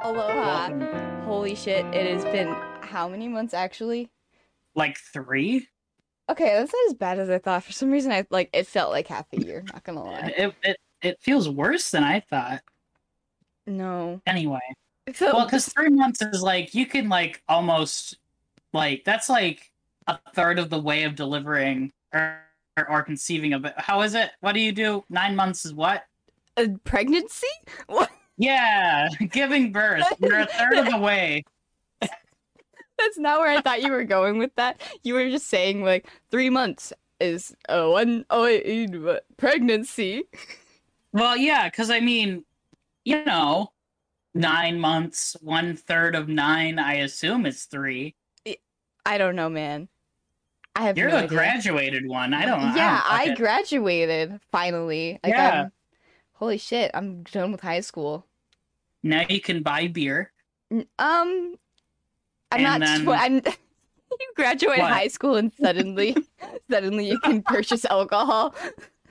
Aloha. Welcome. Holy shit, it has been how many months actually? Like three? Okay, that's not as bad as I thought. For some reason I like it felt like half a year, not gonna lie. It, it it feels worse than I thought. No. Anyway, It felt well, because three months is like you can like almost like that's like a third of the way of delivering or or, or conceiving of it. How is it? What do you do? Nine months is what? a pregnancy? What Yeah, giving birth. You're a third of the way. that's not where I thought you were going with that. You were just saying like three months is a one oh wait, what? pregnancy. Well, yeah, because I mean, you know, nine months, one third of nine. I assume is three. I don't know, man. I have You're no the idea. graduated one. I don't. yeah, I, I don't fucking- graduated finally. Like, Yeah. I'm- holy shit, I'm done with high school. now you can buy beer. N- Um, I'm not. And then- Tw- I'm. you graduate What? high school and suddenly, suddenly you can purchase alcohol.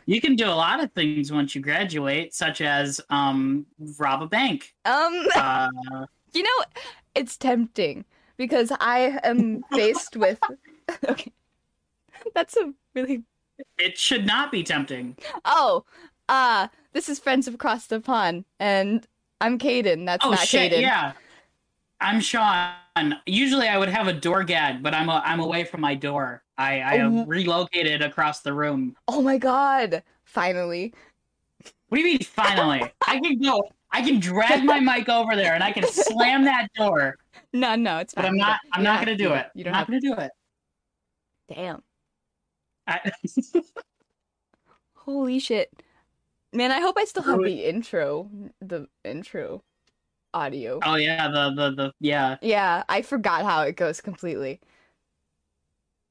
You can do a lot of things once you graduate, such as um, rob a bank. Um, Uh, you know, it's tempting because I am faced with. Okay, that's a really it should not be tempting. Oh, uh, this is Friends of Across the Pond, and I'm Caden. That's oh not shit! Caden. Yeah, I'm Sean. Usually I would have a door gag, but I'm a, I'm away from my door. I I Oh. have relocated across the room. Oh my god! Finally, What do you mean finally? I can go. I can drag my mic over there and I can slam that door, no, no, it's fine. but I'm You not. don't- I'm you don't not have gonna to do it. You I'm don't not have. gonna do it. Damn! I, Holy shit, man! I hope I still have Ruin- the intro, the intro audio. oh yeah, the the the yeah. Yeah, I forgot how it goes completely.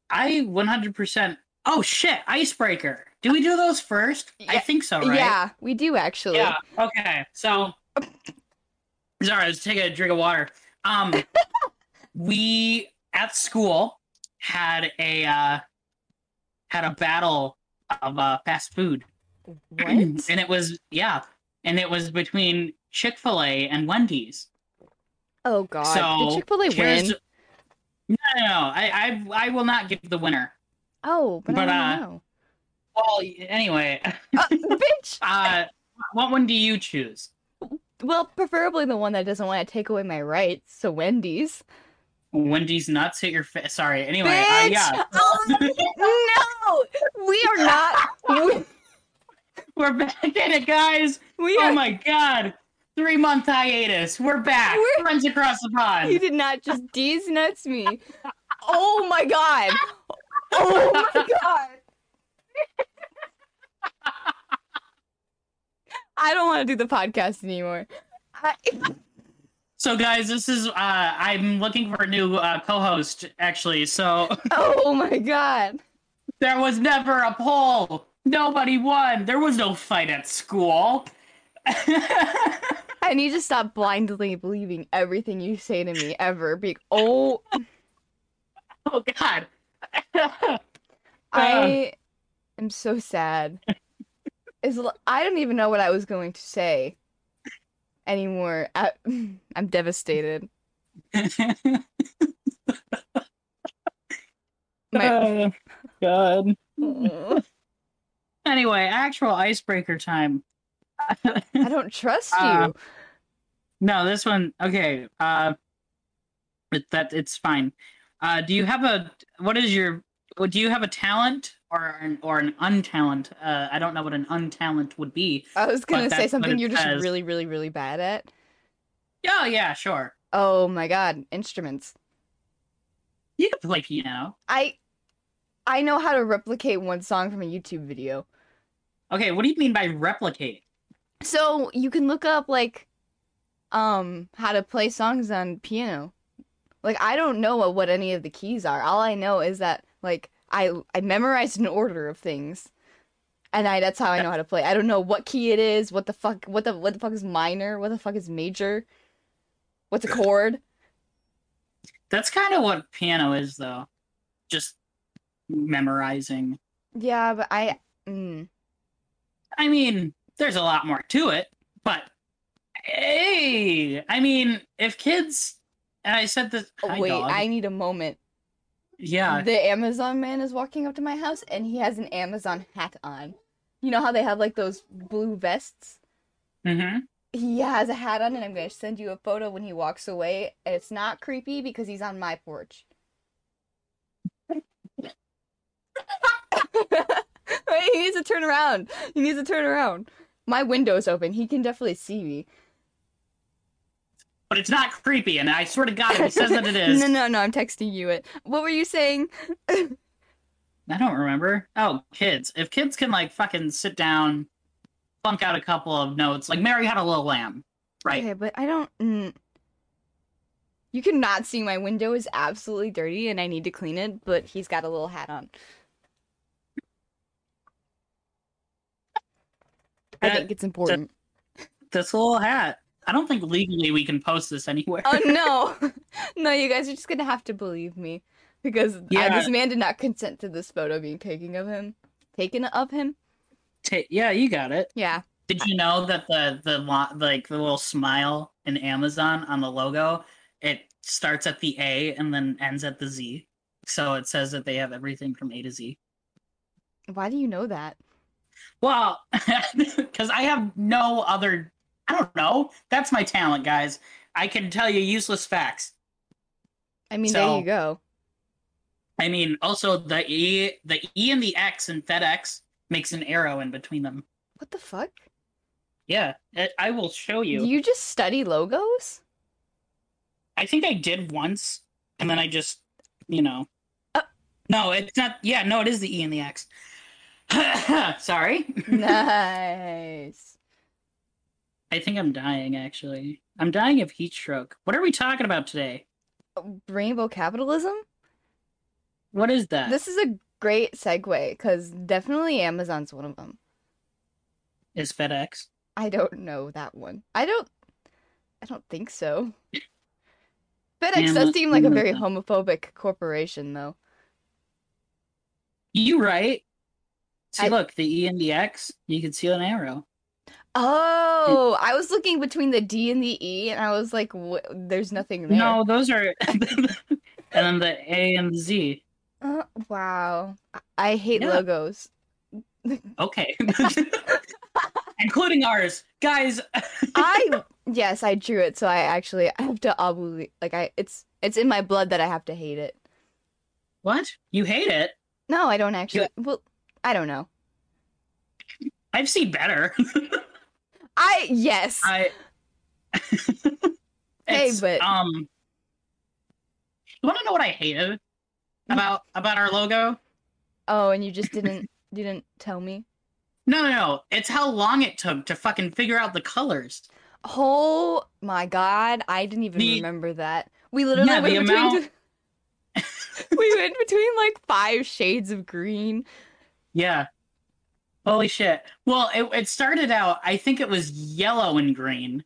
I 100%. Oh shit, icebreaker. Do we do those first? I Yeah- think so, right? Yeah, we do actually. Yeah. Okay. So Sorry, I was taking a drink of water. Um we at school had a uh had a battle of uh fast food. What? and it was yeah, and it was between Chick-fil-A and Wendy's. oh god! Did so Chick Fil A here's- win? No, no, no. I I I will not give the winner. Oh, but, But, I uh, don't know. Well, anyway, Uh, bitch. uh what one do you choose? Well, preferably the one that doesn't want to take away my rights. So Wendy's. Wendy's nuts hit your face. Sorry. Anyway, uh, yeah, Oh, no, we are not. we're back at it, guys. We, we are. Oh my god, three month hiatus. We're back. We're- Friends across the you pond. did not just D's nuts me. Oh my god. Oh my god. I don't want to do the podcast anymore. I, So, guys, this is. Uh, I'm looking for a new uh, co-host, actually. So oh my god. there was never a poll. Nobody won. There was no fight at school. Oh, I need to stop blindly believing everything you say to me ever. Be oh, oh god. I am so sad. Is I don't even know what I was going to say anymore. I, I'm devastated. My, Oh, god. I Anyway, actual icebreaker time. don't trust you. Uh, No, this one. Okay. Uh, it, that it's fine. Uh, do you have a what is your what- do you have a talent or an or an untalent? Uh, I don't know what an untalent would be. I was gonna but say that's what something it you're just says. really, really, really bad at. Oh yeah, sure. Oh my god, instruments. You could play piano. I I know how to replicate one song from a YouTube video. Okay, what do you mean by replicate? So you can look up like um how to play songs on piano. Like I don't know what, what any of the keys are. All I know is that like I I memorized an order of things. And I that's how I know how to play. I don't know what key it is, what the fuck what the what the fuck is minor, what the fuck is major? What's a chord? That's kind of what piano is, though. Just memorizing. Yeah, but I mm, I mean, there's a lot more to it, but Hey, I mean, if kids, and I said this. Oh, hi, wait, dog. I need a moment. yeah, The Amazon man is walking up to my house and he has an Amazon hat on. You know how they have like those blue vests? Mm-hmm. hmm He has a hat on and I'm going to send you a photo when he walks away. And it's not creepy because he's on my porch. Wait, he needs to turn around. He needs to turn around. My window's open. He can definitely see me. but it's not creepy, and I swear to God, if it says that it is, No, no, no. I'm texting you it. What were you saying? I don't remember. Oh, kids! If kids can like fucking sit down, funk out a couple of notes, like Mary had a little lamb, right? Okay, but I don't. Mm, you cannot see my window is absolutely dirty and I need to clean it, but he's got a little hat on. I That- think it's Uh, important. This little hat. I don't think legally we can post this anywhere. oh no, no, you guys are just gonna have to believe me because I- Yeah. this man did not consent to this photo being taken of him. Taken of him? Ta- yeah, you got it. Yeah. Did you know that the the lo- like the little smile in Amazon on the logo, it starts at the A and then ends at the Z. So it says that they have everything from A to Z. Why do you know that? Well, because I have no other. I don't know. That's my talent, guys. I can tell you useless facts. I mean, So- there you go. I mean, also the E, the E and the X in FedEx makes an arrow in between them. What the fuck? Yeah, I- I will show you. Do you just study logos? I think I did once, and then I just, you know. Uh. no, it's not. Yeah, no, it is the E and the X. Sorry. nice. I think I'm dying, actually. I'm dying of heat stroke. What are we talking about today? Rainbow capitalism? What is that? This is a great segue because definitely Amazon's one of them. Is FedEx. I don't know that one. I don't. I don't think so. FedEx does Ama- seem like a very Amazon. homophobic corporation, though. You right. See, I- look, the E and the X, you can see an arrow. Oh, I was looking between the D and the E, and I was like, wh- "There's nothing there." No, those are. and then the A and the Z. Uh, wow. I, I hate Yeah. logos. Okay. Including ours. Guys, I yes, I drew it, so I actually I have to obli- like I it's it's in my blood that I have to hate it. what? You hate it? No, I don't actually. Well, I don't know. I've seen better. I yes. I. Hey, It's, but- um, you want to know what I hated about about our logo? Oh, and you just didn't didn't tell me. No, no, no. It's how long it took to fucking figure out the colors. Oh my god, I didn't even The- remember that. We literally Yeah, went the between amount- We went between like five shades of green. Yeah. Holy shit. Well, it, it started out. I think it was yellow and green,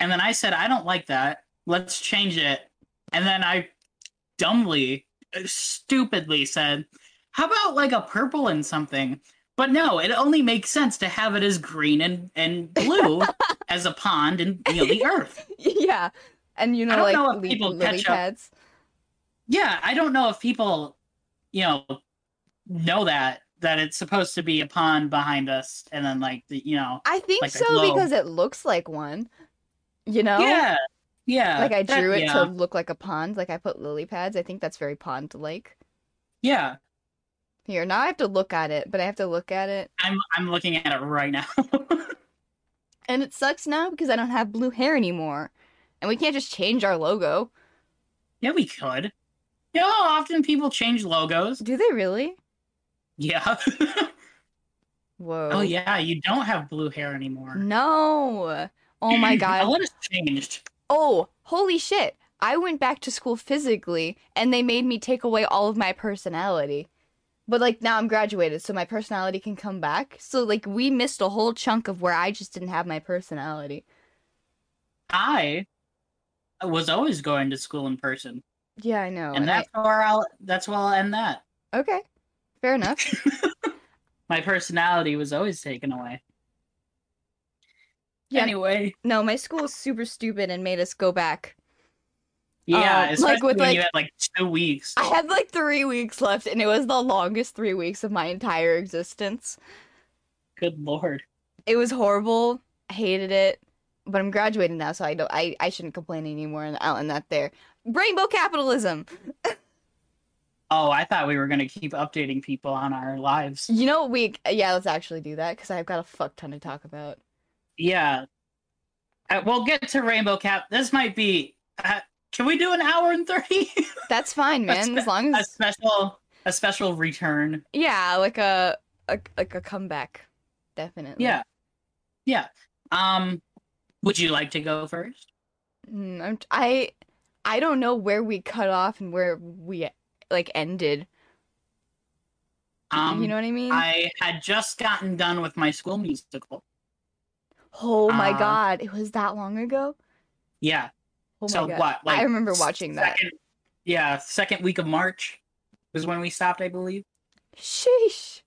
and then I said I don't like that. Let's change it. And then I dumbly, uh, stupidly said, "How about like a purple and something?" But no, it only makes sense to have it as green and and blue as a pond and you know the earth. yeah. And you know don't like know if li- people lily catch up. pads. Yeah, I don't know if people, you know, know that that it's supposed to be a pond behind us, and then like the, you know, I think Like a so globe. because it looks like one. You know? yeah, yeah. Like I that- drew it yeah, to look like a pond, like I put lily pads. I think that's very pond like. yeah. Here, now I have to look at it, but I have to look at it. I'm I'm looking at it right now. And it sucks now because I don't have blue hair anymore. And we can't just change our logo. yeah, we could. You know, how often people change logos. Do they really? Yeah. Whoa. oh yeah, you don't have blue hair anymore. No. Mm, Oh my A god. lot has changed. Oh, holy shit. I went back to school physically and they made me take away all of my personality. But like now I'm graduated, so my personality can come back. So like we missed a whole chunk of where I just didn't have my personality. I was always going to school in person, Yeah, I know. and Oh, and I- that's where I'll that's where I'll end that. okay. Fair enough. My personality was always taken away. Yeah. Anyway, No, my school was super stupid and made us go back. Um, yeah, like, especially with, when you like- had like two weeks. I had like three weeks left, and it was the longest three weeks of my entire existence. Good lord. It was horrible. I hated it, but I'm graduating now, so I don't. I, I shouldn't complain anymore. And out and that there, rainbow capitalism. Oh, I thought we were gonna keep updating people on our lives. You know, we yeah, let's actually do that because I've got a fuck ton to talk about. Yeah. Uh, we'll get to Rainbow Cap. This might be. Uh, can we do an hour and thirty? That's fine, That's- man. As long a as special, a special return. yeah, like a, a like a comeback, definitely. Yeah, yeah. Um, would you like to go first? Mm, I'm, t- I I don't know where we cut off and where we like ended. Um, you know what I mean? I had just gotten done with my school musical. oh my uh, god, it was that long ago. Yeah. Oh so my god. what? Like I remember s- watching that. second- Yeah, second week of March was when we stopped, I believe. Sheesh.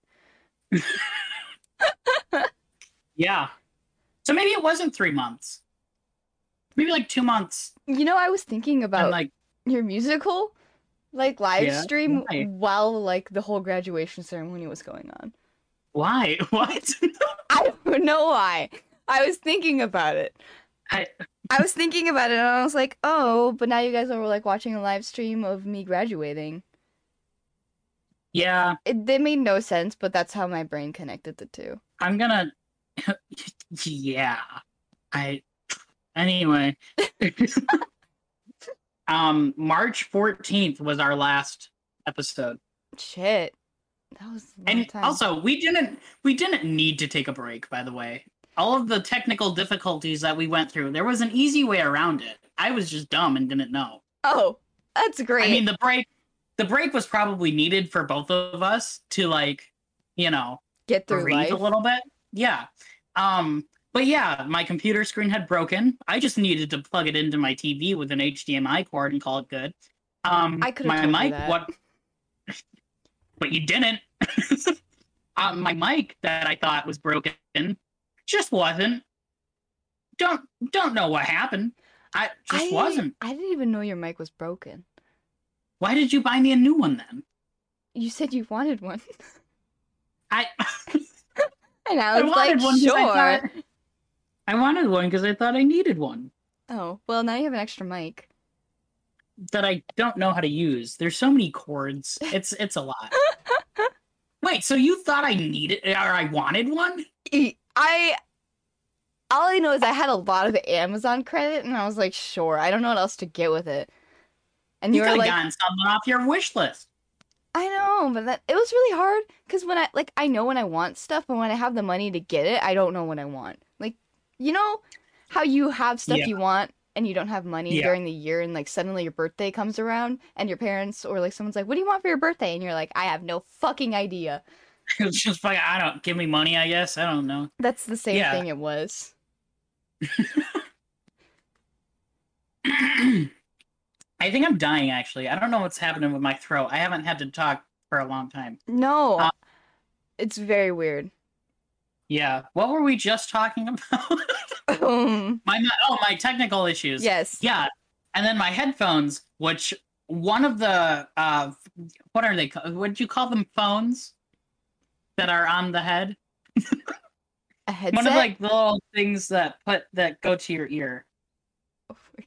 Yeah. So maybe it wasn't three months. Maybe like two months. You know, I was thinking and about like your musical, like live Yeah, stream why? while like the whole graduation ceremony was going on. why? What? I don't know why. I was thinking about it. I- I was thinking about it and I was like, oh, but now you guys are like watching a live stream of me graduating. yeah, It, they made no sense, but that's how my brain connected the two. I'm gonna Yeah. I anyway. um March fourteenth was our last episode. Shit. That was a long and time. also we didn't we didn't need to take a break by the way all of the technical difficulties that we went through there was an easy way around it i was just dumb and didn't know oh, that's great. i mean the break the break was probably needed for both of us to like you know Get through breathe life. a little bit yeah um but yeah my computer screen had broken i just needed to plug it into my tv with an hdmi cord and call it good um I could've my told you mic that. what but you didn't uh, my mic that i thought was broken just wasn't don't don't know what happened i just I, wasn't I didn't even know your mic was broken. why did you buy me a new one then You said you wanted one. i And I i was like, wanted one 'cause sure. I, thought, I wanted one because i thought i needed one Oh, well, now you have an extra mic. that I don't know how to use. There's so many chords. It's it's a lot. Wait, so you thought I needed or I wanted one? E, I all I know is I had a lot of Amazon credit, and I was like, sure, I don't know what else to get with it. And You you, could were have like, gotten something off your wish list. I know, but that it was really hard because when I like I know when I want stuff, but when I have the money to get it, I don't know what I want. Like, you know how you have stuff Yeah. you want and you don't have money Yeah. during the year, and like suddenly your birthday comes around, and your parents or like someone's like, "What do you want for your birthday?" And you're like, "I have no fucking idea." It was just like I don't give me money. I guess I don't know. That's the same Yeah. thing it was. I think I'm dying. Actually, I don't know what's happening with my throat. I haven't had to talk for a long time. No, Uh, it's very weird. Yeah. What were we just talking about? Um, my oh my technical issues. yes. Yeah, and then my headphones, which one of the uh, what are they? ca- What do you call them? Phones that are on the head. A headset. One of like the little things that put that go to your ear.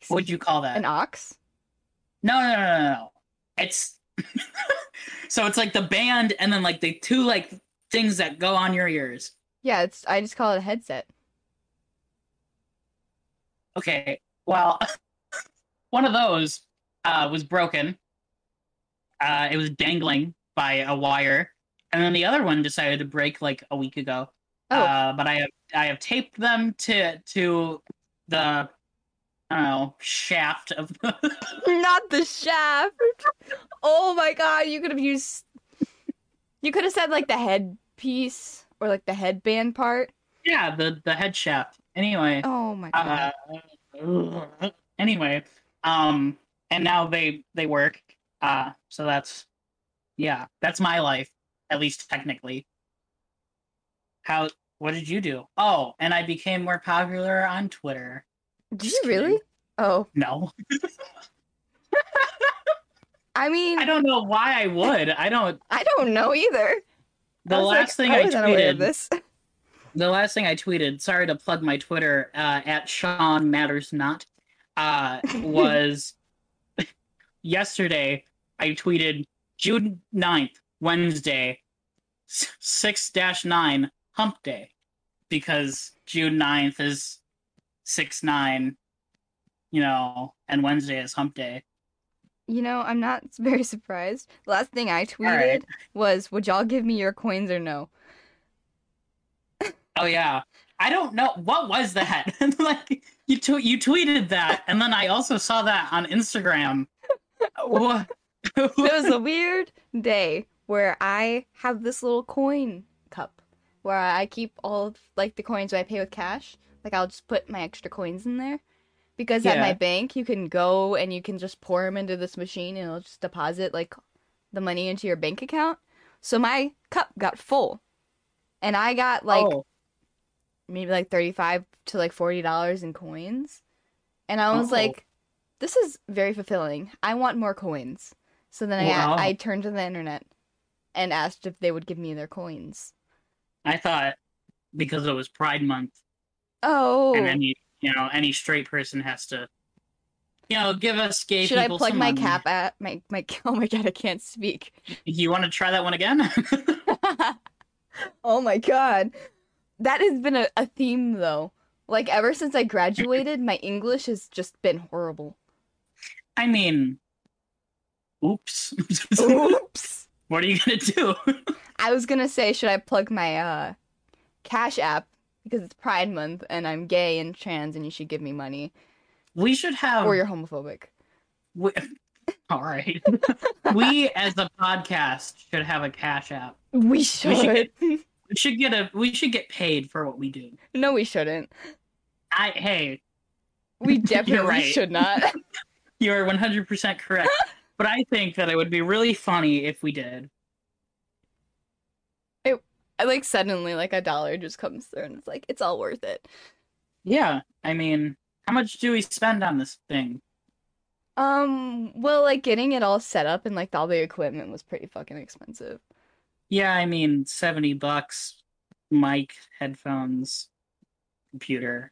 What would you call that? an No, ox? no, no, no, no. It's so it's like the band, and then like the two like things that go on your ears. Yeah, it's. I just call it a headset. Okay, well, one of those uh, was broken. Uh, it was dangling by a wire, and then the other one decided to break like a week ago. Oh, Uh, but I have I have taped them to to the I don't know shaft of not the shaft. Oh my god, you could have used. You could have said like the headpiece or like the headband part. yeah the the head shaft. Anyway, Oh my uh, god. anyway, um, and now they they work. Uh, so that's yeah, that's my life at least technically. How What did you do? Oh, and I became more popular on Twitter. Did Just you really? kidding. Oh, No, I mean, I don't know why I would. I don't. I don't know either. The I was like, last thing I I wasn't aware of tweeted. this. The last thing I tweeted. Sorry to plug my Twitter uh, at Sean Matters Not. Uh, was yesterday. I tweeted June 9th, Wednesday, six dash nine Hump Day, because June 9th is six nine. You know, and Wednesday is Hump Day. You know, I'm not very surprised. The last thing I tweeted right. was, "Would y'all give me your coins or no?" Oh yeah. I don't know what was that. like you t- you tweeted that, and then I also saw that on Instagram. What? it was a weird day where I have this little coin cup where I keep all of, like the coins that I pay with cash. Like I'll just put my extra coins in there because at Yeah. my bank you can go and you can just pour them into this machine and it'll just deposit like the money into your bank account. So my cup got full, and I got like Oh, maybe like 35 to like $40 in coins. And I was Oh. like, this is very fulfilling. I want more coins. So then I, Wow. I turned to the internet and asked if they would give me their coins. I thought because it was Pride Month, Oh, and any you know any straight person has to, you know, give us gay should I people plug some my money. cap at my, my, oh my God, I can't speak. You want to try that one again? oh my God. That has been a, a theme though. Like ever since I graduated, my English has just been horrible. I mean, oops. Oops. what are you gonna do? I was gonna say, should I plug my uh, Cash App because it's Pride Month and I'm gay and trans and you should give me money We should have or you're homophobic. We, all right. we as a podcast should have a cash app. We should. We should get a we should get paid for what we do. no, we shouldn't. I hey, We definitely right. should not. you are 100% correct. but I think that it would be really funny if we did. I, like suddenly, like a dollar just comes through and it's like it's all worth it. Yeah, I mean, how much do we spend on this thing? Um, well, like getting it all set up and like all the equipment was pretty fucking expensive. Yeah, I mean, 70 bucks, mic, headphones, computer.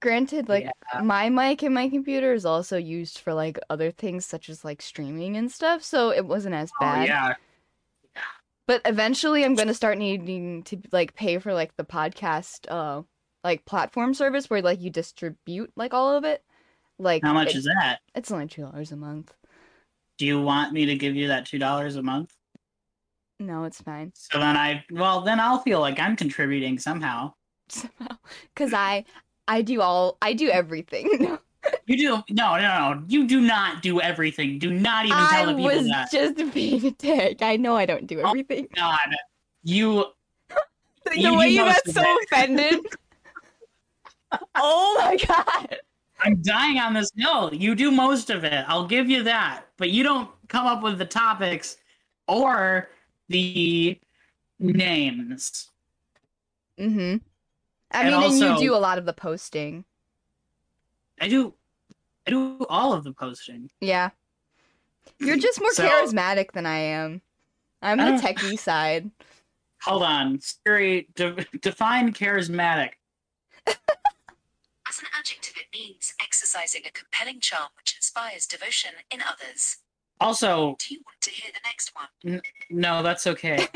Granted, like Yeah. my mic and my computer is also used for like other things such as like streaming and stuff, so it wasn't as bad. Oh yeah. But eventually I'm gonna start needing to like pay for like the podcast uh like platform service where like you distribute like all of it. Like How much it- is that? it's only two dollars a month. Do you want me to give you that $2 a month? No, it's fine. So then I well, then I'll feel like I'm contributing somehow. Somehow. Cause I I do all I do everything. You do no, no, no. You do not do everything. Do not even tell I the people was that. just being a dick. I know I don't do Oh, everything. God, you. The you way do you most got of so offended. oh my god. I'm dying on this hill. You do most of it. I'll give you that, but you don't come up with the topics or the names. Mm-hmm. I And mean and also- you do a lot of the posting. I do. I do all of the posting. Yeah. You're just more So- Uh. charismatic than I am. I'm I the don't- techie side. Hold on, Siri. De- define charismatic. As an adjective, it means exercising a compelling charm which inspires devotion in others. Also, Do you want to hear the next one? No, that's okay.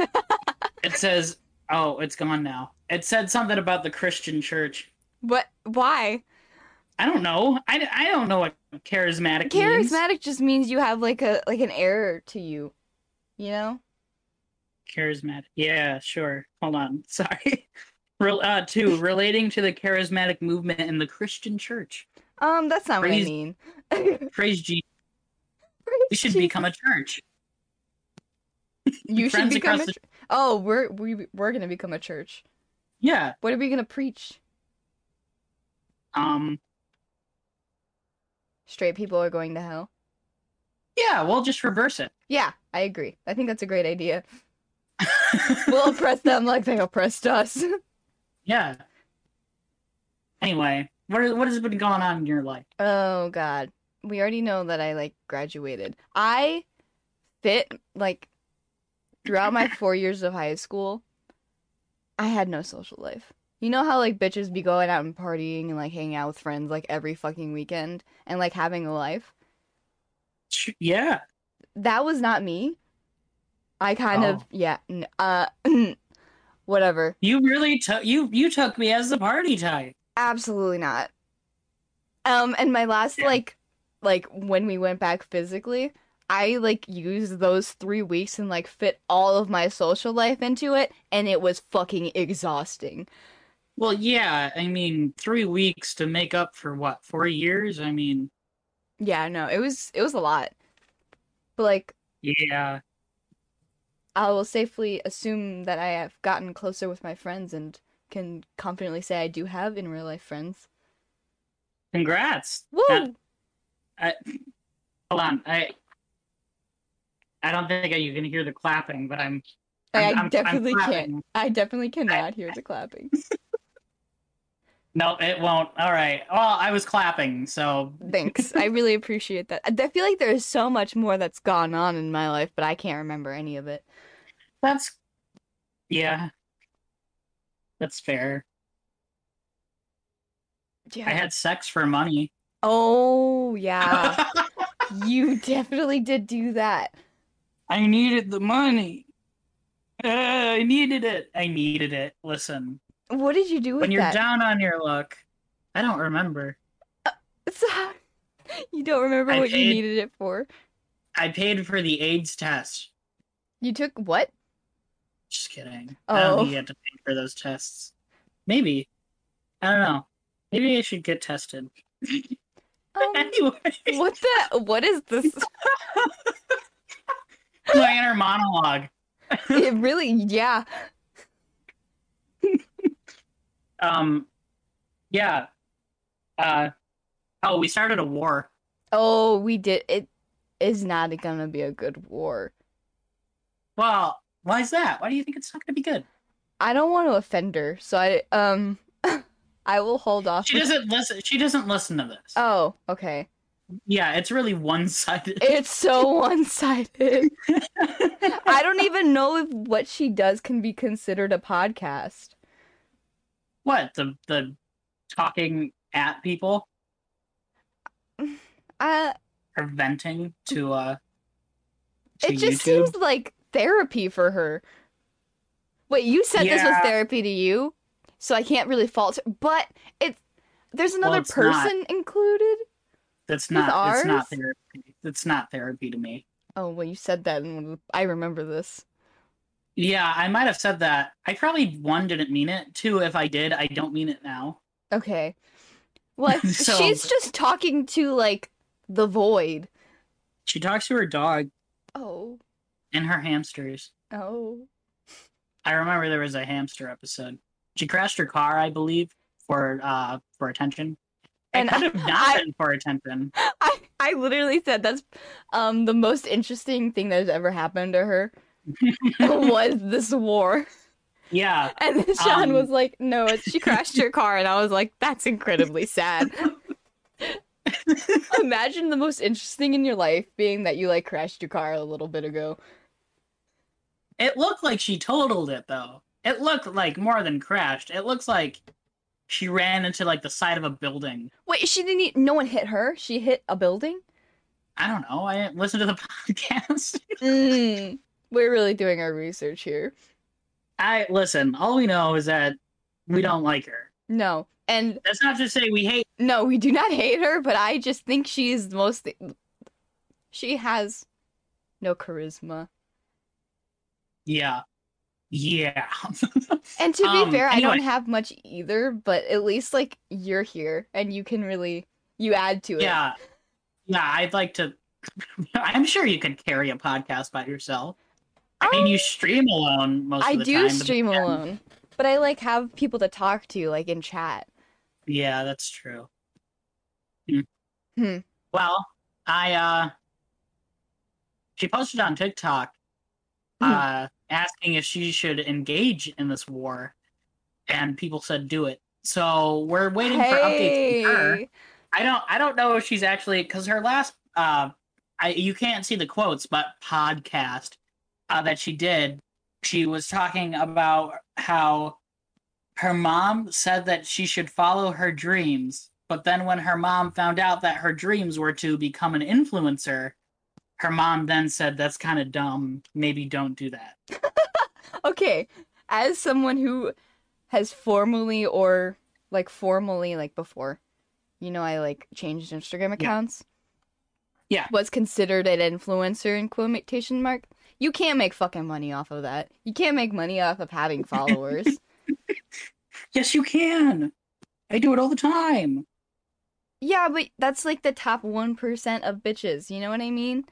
it says, oh, it's gone now. It said something about the Christian church. But why? I don't know. I, I don't know what charismatic means. Charismatic just means you have like a like an error to you. You know? Charismatic. Yeah, sure. Hold on. Sorry. Rel uh, two, relating to the charismatic movement in the Christian church. Um, that's not what I Praise- mean. Praise Jesus. We should Praise become a church. you should friends become a across ch- Oh, we're we we're gonna become a church. Yeah. What are we gonna preach? Um. Straight people are going to hell. Yeah, we'll just reverse it. Yeah, I agree. I think that's a great idea. We'll oppress them like they oppressed us. Yeah. Anyway, what what has been going on in your life? Oh God. We already know that I like graduated. I fit like throughout my four years of high school, I had no social life. You know how like bitches be going out and partying and like hanging out with friends like every fucking weekend and like having a life? Yeah. That was not me. I kind Oh. of yeah, n- uh whatever. You really took you you took me as the party type. Absolutely not. Um, and my last Yeah. like, like when we went back physically, I like used those three weeks and like fit all of my social life into it, and it was fucking exhausting. Well, yeah, I mean, 3 weeks to make up for what? 4 years? I mean, Yeah, no, it was it was a lot. But like, yeah. I will safely assume that I have gotten closer with my friends and can confidently say I do have in real life friends. Congrats. Woo! That- Hold on. I I don't think you can hear the clapping, but I'm I, I'm- I'm- I'm definitely clapping. can't. I definitely cannot hear the clapping. No, it won't. All right. Well, I was clapping, so Thanks. I really appreciate that. I I feel like there's so much more that's gone on in my life, but I can't remember any of it. that's yeah. That's fair. Yeah. I had sex for money. oh, yeah. you definitely did do that. I needed the money. Uh, I needed it. I needed it. Listen, What did you do with when you're that? down on your luck, I don't remember. you don't remember I what you paid- needed it for? I paid for the AIDS test. You took what? Just kidding. I don't Oh. think you have to pay for those tests. Maybe. I don't know. Maybe I should get tested. Um, anyway, what the? What is this? my inner monologue. It really, yeah. Um, yeah. Uh, oh, we started a war. Oh, we did. It is not gonna be a good war. Well, why is that? Why do you think it's not going to be good? I don't want to offend her, so I um, I will hold off. She doesn't listen. She doesn't listen to this. Oh, okay. Yeah, it's really one-sided. It's so one sided. I don't even know if what she does can be considered a podcast. what the the talking at people Uh, or venting to uh to it just YouTube? seems like therapy for her. Wait, you said this was Yeah. therapy to you, so I can't really fault. But it's there's another it's not. person included. That's with not. It's not ours? therapy. It's not therapy to me. Oh well, you said that, and one of the- I remember this. Yeah, I might have said that. I probably one didn't mean it. Two, if I did, I don't mean it now. Okay, well, I- So- she's just talking to like the void. She talks to her dog Oh, and her hamsters. oh, I remember there was a hamster episode. She crashed her car, I believe, for uh for attention. It And could have not I- been for attention. I, I literally said that's um the most interesting thing that's ever happened to her was this war. Yeah. And then Sean Um. was like, No, it's she crashed your car and I was like, That's incredibly sad. Imagine the most interesting in your life being that you like crashed your car a little bit ago. It looked like she totaled it though. It looked like more than crashed. It looks like she ran into like the side of a building. Wait, she didn't e- no one hit her? She hit a building? I don't know. I didn't listen to the podcast. Mm. We're really doing our research here. I listen, all we know is that we don't like her. No. And That's not to say we hate no, we do not hate her, but I just think she is the most she has no charisma. Yeah. Yeah. And to be Um, fair, I anyway. don't have much either, but at least like you're here and you can really you add to it. yeah. Yeah, I'd like to I'm sure you could carry a podcast by yourself. I mean, you stream alone most Um, I of the do time. but stream then- alone, but I like have people to talk to like in chat. Yeah, that's true. Hmm. Hmm. Well, I uh she posted on TikTok Hmm. uh asking if she should engage in this war. and people said do it. So we're waiting for updates from her. Hey. I don't I don't know if she's actually because her last uh I you can't see the quotes but podcast uh, that she did she was talking about how her mom said that she should follow her dreams but then when her mom found out that her dreams were to become an influencer her mom then said that's kind of dumb maybe don't do that Okay, as someone who has formally or like formally like before, you know, I like changed Instagram accounts. Yeah. Was considered an influencer in quotation mark. You can't make fucking money off of that. You can't make money off of having followers. yes you can I do it all the time yeah, but that's like the top 1% of bitches, you know what I mean?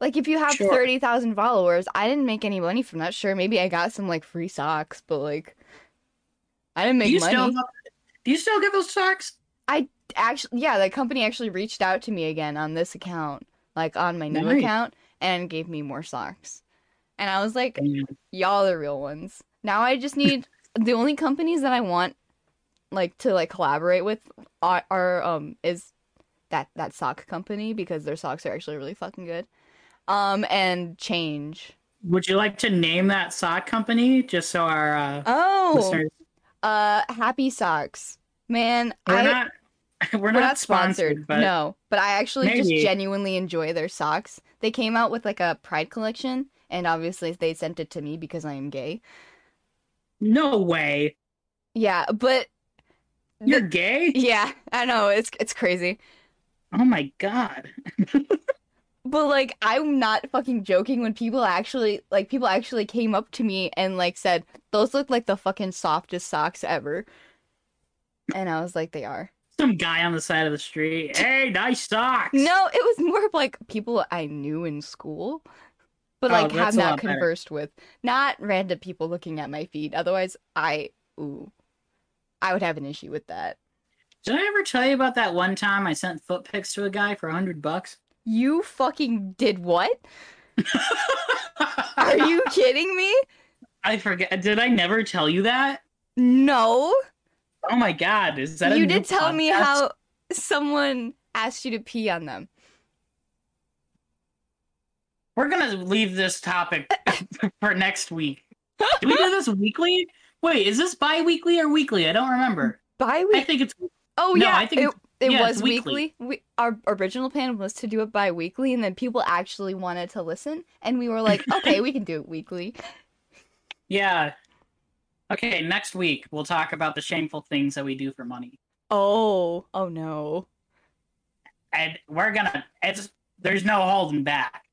Like if you have Sure. 30,000 followers, I didn't make any money from that. Sure, maybe I got some like free socks, but like I didn't make do you money. still do you still get those socks actually yeah the company actually reached out to me again on this account like on my new Nice. account and gave me more socks and i was like y'all the real ones now i just need the only companies that i want like to like collaborate with are, are um is that that sock company because their socks are actually really fucking good um and change Would you like to name that sock company just so our uh, oh listeners? uh happy socks man We're i not. We're, We're not sponsored, but no, but I actually just Maybe. genuinely enjoy their socks. They came out with like a pride collection, and obviously they sent it to me because I am gay. no way. Yeah, but You're gay? yeah, I know it's it's crazy, Oh my god. but like I'm not fucking joking when people actually like people actually came up to me and like said those look like the fucking softest socks ever, and I was like they are. Some guy on the side of the street. Hey, nice socks. No, it was more of like people I knew in school, but Oh, like have that's a not lot better. conversed with. Not random people looking at my feet. Otherwise, I ooh, I would have an issue with that. Did I ever tell you about that one time I sent foot pics to a guy for a hundred bucks? You fucking did what? Are you kidding me? I forget. Did I never tell you that? No, Oh my god. Is that a you new did tell me podcast? how someone asked you to pee on them. We're gonna leave this topic for next week. Do we do this weekly? Wait, is this bi-weekly or weekly? I don't remember. Bi I week. think it's Oh no, yeah, I think it, it's- it yeah, it's was weekly. weekly. We, our original plan was to do it bi-weekly, and then people actually wanted to listen, and we were like, okay, we can do it weekly. yeah. Okay, next week we'll talk about the shameful things that we do for money. Oh, oh no. And we're gonna it's there's no holding back.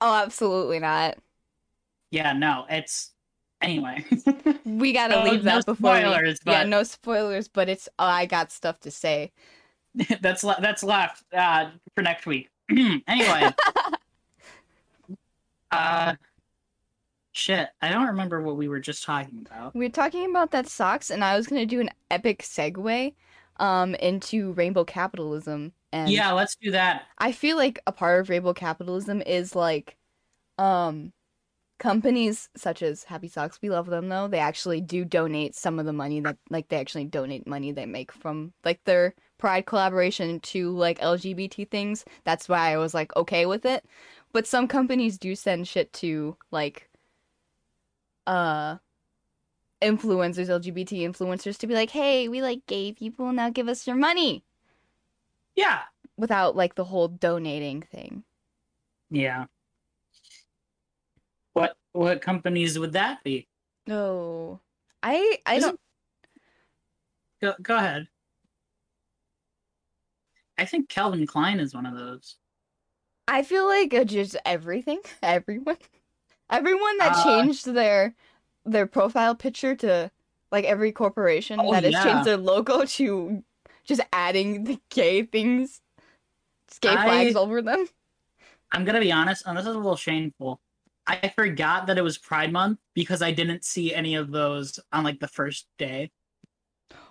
Oh, absolutely not. Yeah, no, it's anyway. We gotta Oh, leave no that before. we- spoilers, Yeah, but- no spoilers, but it's oh, I got stuff to say. that's le- that's left uh, for next week. anyway. uh shit, I don't remember what we were just talking about. We were talking about that socks, and I was gonna do an epic segue um into rainbow capitalism and Yeah, let's do that. I feel like a part of rainbow capitalism is like um companies such as Happy Socks, we love them though. They actually do donate some of the money that like they actually donate money they make from like their pride collaboration to like LGBT things. That's why I was like okay with it. But some companies do send shit to like uh influencers, LGBT influencers to be like, "Hey, we like gay people, now give us your money." Yeah. Without like the whole donating thing. Yeah. What what companies would that be? No. I I Isn't- don't Go go ahead. I think Calvin Klein is one of those. I feel like uh, just everything, everyone, everyone that Uh, changed their their profile picture to like every corporation Oh, that has yeah. changed their logo to just adding the gay things, just gay I- flags over them. I'm gonna be honest, and this is a little shameful. I forgot that it was Pride Month because I didn't see any of those on like the first day.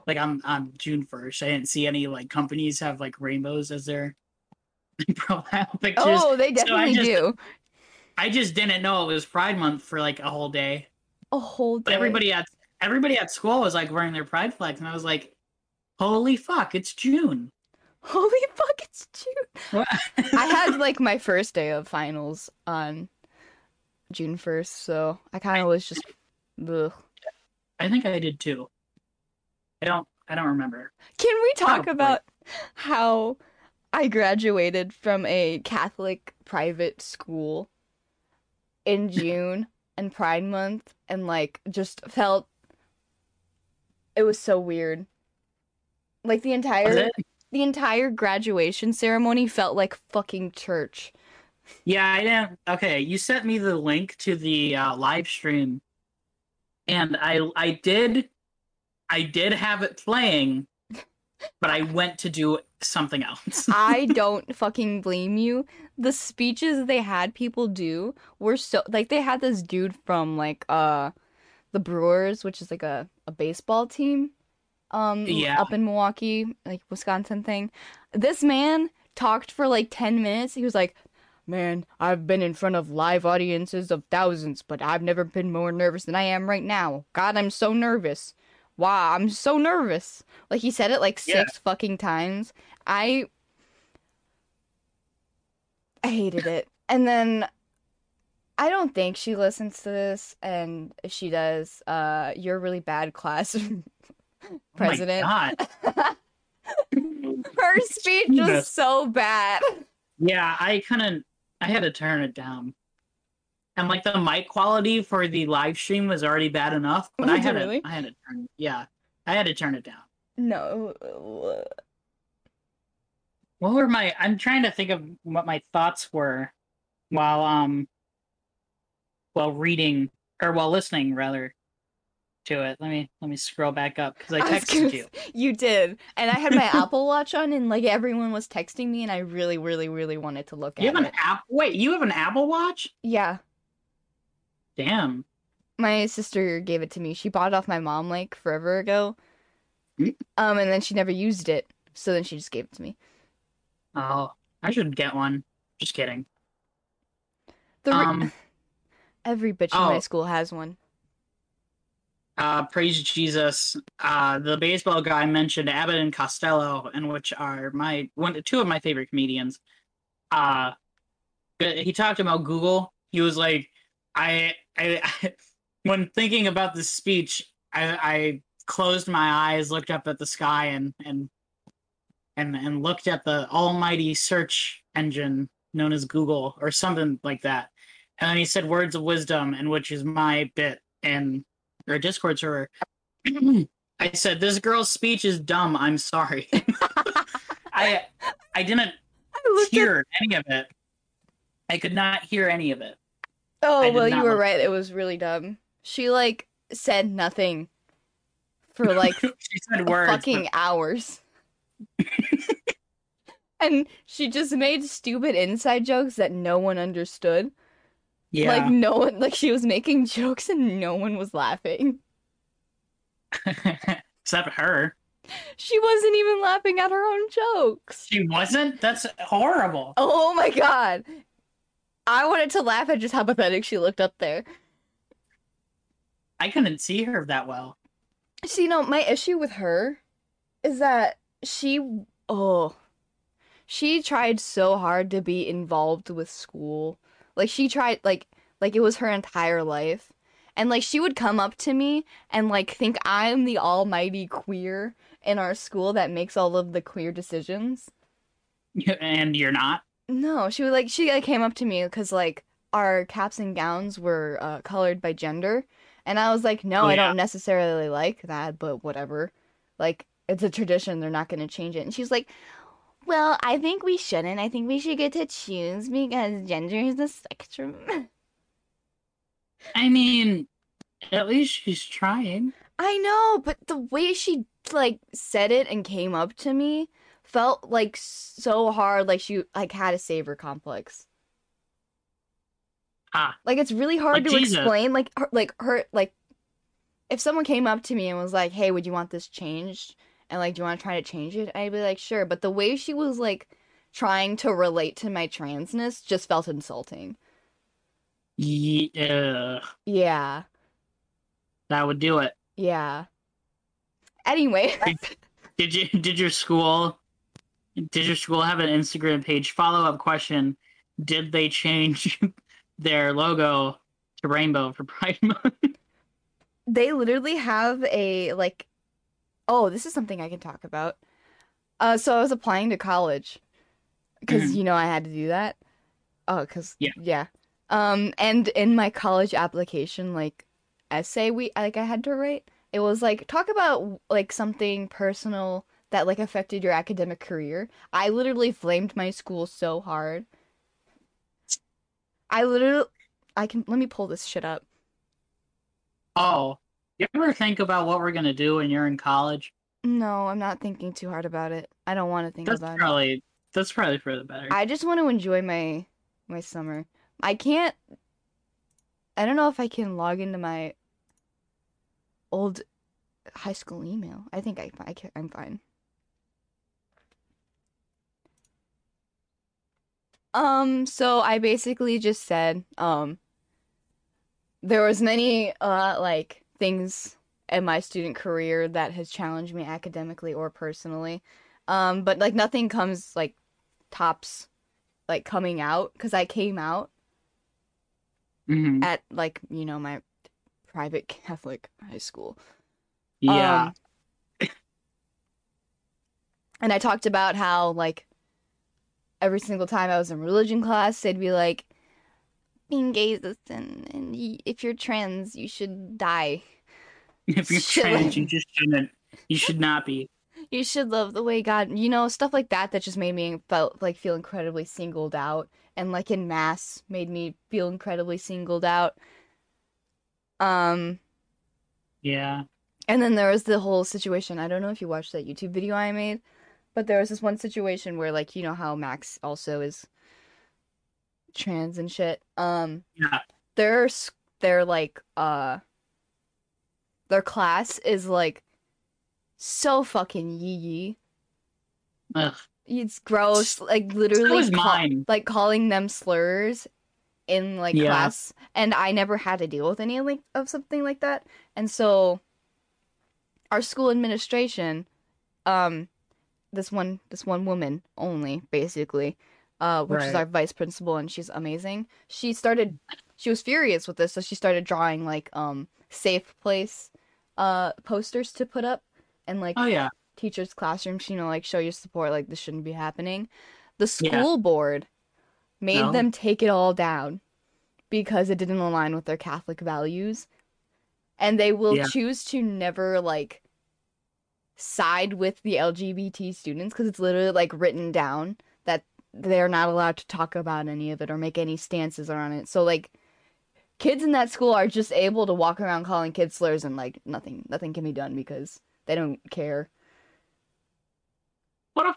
Like on on June first, I didn't see any like companies have like rainbows as their profile pictures. Oh, they so I definitely just- do. I just didn't know it was Pride Month for like a whole day. A whole But day. everybody had everybody at school was like wearing their pride flags, and I was like, "Holy fuck, it's June!" Holy fuck, it's June. What? I had like my first day of finals on June 1st, so I kind of was just. Ugh. I think I did too. I don't. I don't remember. Can we talk Probably. about how I graduated from a Catholic private school in June and Pride Month and like just felt it was so weird. Like the Was entire it? the entire graduation ceremony felt like fucking church. Yeah, I didn't. Okay, you sent me the link to the uh, live stream, and I I did, I did have it playing, but I went to do something else. I don't fucking blame you. The speeches they had people do were so like they had this dude from like uh the Brewers, which is like a, a baseball team um Yeah. up in Milwaukee, like Wisconsin thing. This man talked for like 10 minutes. He was like, "Man, I've been in front of live audiences of thousands, but I've never been more nervous than I am right now. God, I'm so nervous. Wow, I'm so nervous." Like he said it like Yeah. six fucking times. I I hated it. And then I don't think she listens to this, and if she does, uh, you're a really bad class president. Oh my God. Her speech was Jesus. so bad. Yeah, I couldn't. I had to turn it down, and like the mic quality for the live stream was already bad enough, but I Was it had really? to. I had to turn. Yeah, I had to turn it down. No. what were my i'm trying to think of what my thoughts were while um while reading or while listening rather to it let me let me scroll back up because i I was texted gonna you You did. And I had my Apple Watch on, and like everyone was texting me, and I really, really, really wanted to look you have at an it. app wait you have an apple watch Yeah. damn My sister gave it to me. She bought it off my mom like forever ago. Mm. Um, and then she never used it. So then she just gave it to me. oh i should get one just kidding The re- um Every bitch in my Oh. school has one. uh praise jesus uh the baseball guy mentioned abbott and costello and which are my one two of my favorite comedians uh he talked about google he was like i i, I when thinking about this speech i i closed my eyes looked up at the sky and and and and looked at the almighty search engine known as google or something like that and then he said words of wisdom and which is my bit and or Discord server. I said, "This girl's speech is dumb. I'm sorry." I I didn't I looked at- hear any of it. I could not hear any of it. I Oh, did well, you not were look- right. It was really dumb. She like said nothing for like she said words. but- fucking hours. and she just made stupid inside jokes that no one understood. yeah. Like no one like she was making jokes and no one was laughing. Except her. She wasn't even laughing at her own jokes. She wasn't? That's horrible. Oh my god. I wanted to laugh at just how pathetic she looked up there. I couldn't see her that well. So, you know, my issue with her is that she, oh, she tried so hard to be involved with school. Like, she tried, like, like it was her entire life. And, like, she would come up to me and, like, think I'm the almighty queer in our school that makes all of the queer decisions. And you're not. No, she would like she like, came up to me because like our caps and gowns were uh, colored by gender, and I was like, no, Oh, I don't necessarily like that, but whatever. Like it's a tradition; they're not going to change it. And she's like, well, I think we shouldn't. I think we should get to choose because gender is a spectrum. I mean, at least she's trying. I know, but the way she like said it and came up to me felt like so hard, like she like had a savior complex. Ah. Like it's really hard Like to Jesus. explain. Like her, like her, like if someone came up to me and was like, "Hey, would you want this changed?" and like, "Do you want to try to change it?" I'd be like, "Sure," but the way she was like trying to relate to my transness just felt insulting. Yeah, Yeah. that would do it. Yeah. Anyway, Did you did your school did your school have an Instagram page? Follow up question: Did they change their logo to rainbow for Pride Month? they literally have a like oh, this is something I can talk about. Uh so I was applying to college cuz you know I had to do that. Oh, cuz Yeah. yeah. Um and in my college application like essay we like I had to write, it was like talk about like something personal that like affected your academic career. I literally flamed my school so hard. I literally I can let me pull this shit up. Oh, you ever think about what we're gonna do when you're in college? No, I'm not thinking too hard about it. I don't want to think That's about it. probably that's probably for the better. I just want to enjoy my my summer. I can't I don't know if I can log into my old high school email. I think I I can, I'm fine. Um so I basically just said um there was many uh like things in my student career that has challenged me academically or personally. Um but like nothing comes like tops like coming out because I came out Mhm. at like you know my private Catholic high school. Yeah, Um, and I talked about how like every single time I was in religion class, they'd be like, "Being gay is a sin, and y- if you're trans, you should die. if you're shit. trans, you just shouldn't. You should not be. You should love the way God." You know, stuff like that that just made me felt like feel incredibly singled out, and like in mass made me feel incredibly singled out. Um, Yeah. And then there was the whole situation. I don't know if you watched that YouTube video I made, but there was this one situation where like you know how Max also is trans and shit. Um Yeah. their s- their like uh their class is like so fucking yee yee. Ugh. It's gross. Like literally So is ca- mine. like calling them slurs in like Yeah. class and i never had to deal with any like of something like that and so our school administration um this one this one woman only basically uh which is Right. our vice principal and she's amazing she started she was furious with this so she started drawing like um safe place uh posters to put up and like Oh yeah. teachers' classrooms, you know, like show your support, like this shouldn't be happening. The Yeah. school board made No. them take it all down because it didn't align with their Catholic values. And they will Yeah. choose to never like side with the LGBT students because it's literally like written down that they're not allowed to talk about any of it or make any stances on it. So like kids in that school are just able to walk around calling kids slurs and like nothing nothing can be done because they don't care. What a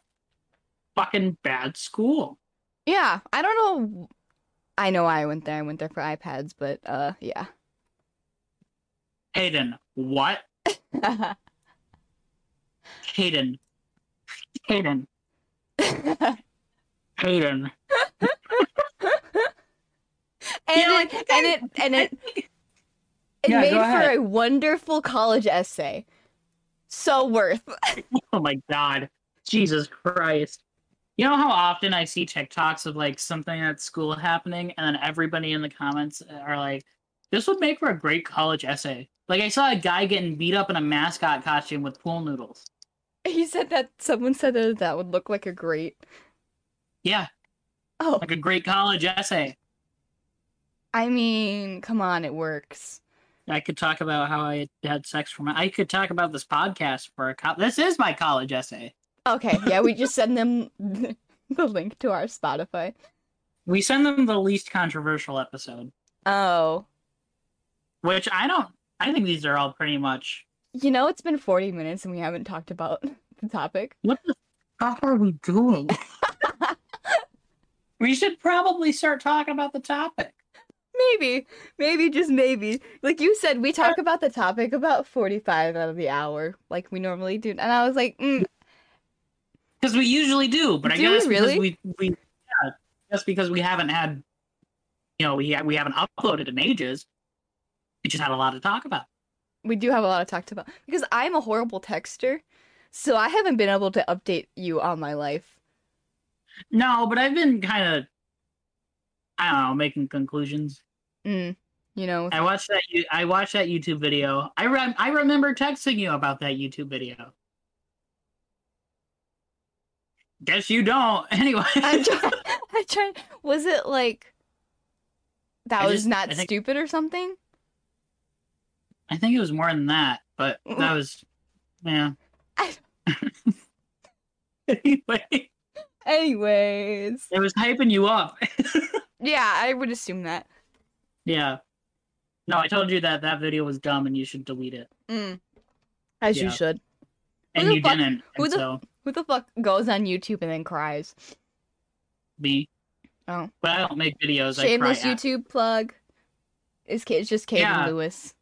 fucking bad school. Yeah, I don't know. I know I went there. I went there for iPads, but uh, yeah. Hayden, what? Hayden. Hayden. and Hayden. it, and it and it it Yeah, made go for ahead. a wonderful college essay. So worth. Oh my god. Jesus Christ. You know how often I see TikToks of like something at school happening and then everybody in the comments are like, this would make for a great college essay. Like I saw a guy getting beat up in a mascot costume with pool noodles. He said that someone said that that would look like a great. Yeah, Oh, like a great college essay. I mean, come on, it works. I could talk about how I had sex for my I could talk about this podcast for a co- this is my college essay. Okay, yeah, we just send them the link to our Spotify. We send them the least controversial episode, Oh, which I don't I think these are all pretty much you know, it's been 40 minutes and we haven't talked about the topic. What the fuck are we doing? we should probably start talking about the topic. Maybe, maybe just maybe. Like you said, we Uh, talk about the topic about forty-five out of the hour, like we normally do. And I was like, mm, Because we usually do, but I Do we guess really? because we, we yeah, just because we haven't had you know, we we haven't uploaded in ages. We just had a lot to talk about. we do have a lot of talk to about because I'm a horrible texter, so I haven't been able to update you on my life. No, but I've been kind of, I don't know, making conclusions. Mm, you know, I watched that. you- I watched that YouTube video. I rem- I remember texting you about that YouTube video. Guess you don't. Anyway, I'm trying. I'm trying. Was it like that I was just- not I think- stupid or something? I think it was more than that, but that was, yeah. I- anyway, it Anyways, was hyping you up. yeah, I would assume that. yeah. No, I told you that that video was dumb and you should delete it, Mm. As you Yeah. should. and the you fuck- didn't. who and the- so Who the fuck goes on YouTube and then cries? me. Oh. But I don't make videos. Shameless I cry at. YouTube plug. It's, Ka- it's just Caden Yeah. Lewis.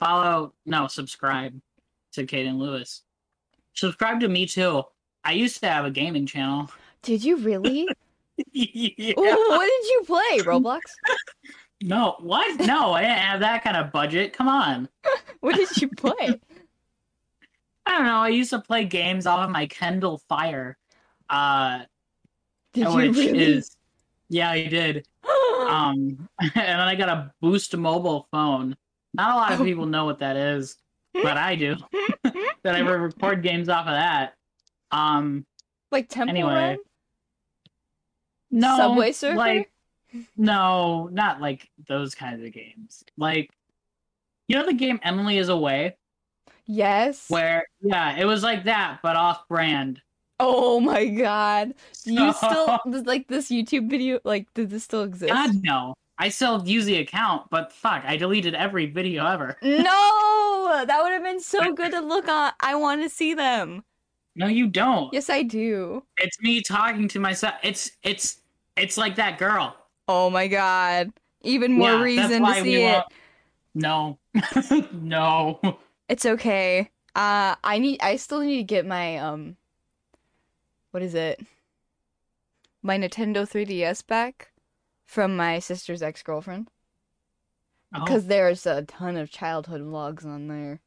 follow no subscribe to Caden Lewis. Subscribe to me too. I used to have a gaming channel. Did you really? Yeah. Ooh, what did you play? Roblox? No, what? No, I didn't have that kind of budget. Come on. What did you play? I don't know. I used to play games off of my Kindle Fire, uh, Did you which really? Oh, is yeah, I did. Um, and then I got a Boost mobile phone. Not a lot of Oh. people know what that is, but I do. that I would record games off of that. Um, like Temple anyway, Run? no, Subway Surfer? like No, not like those kinds of games. Like, you know the game Emily is Away, yes. where yeah, it was like that, but off-brand. Oh my god. Do you still So- does, like this YouTube video? Like, does this still exist? God no, I still use the account, but fuck, I deleted every video ever. No, that would have been so good to look on. I want to see them. No, you don't. Yes, I do. It's me talking to myself. It's it's it's like that girl. Oh my god. Even more Yeah, that's reason to why we see it. won't- No, no. Oh, It's okay. Uh, I need. I still need to get my um. What is it? My Nintendo 3DS back from my sister's ex girlfriend Oh, because there's a ton of childhood vlogs on there.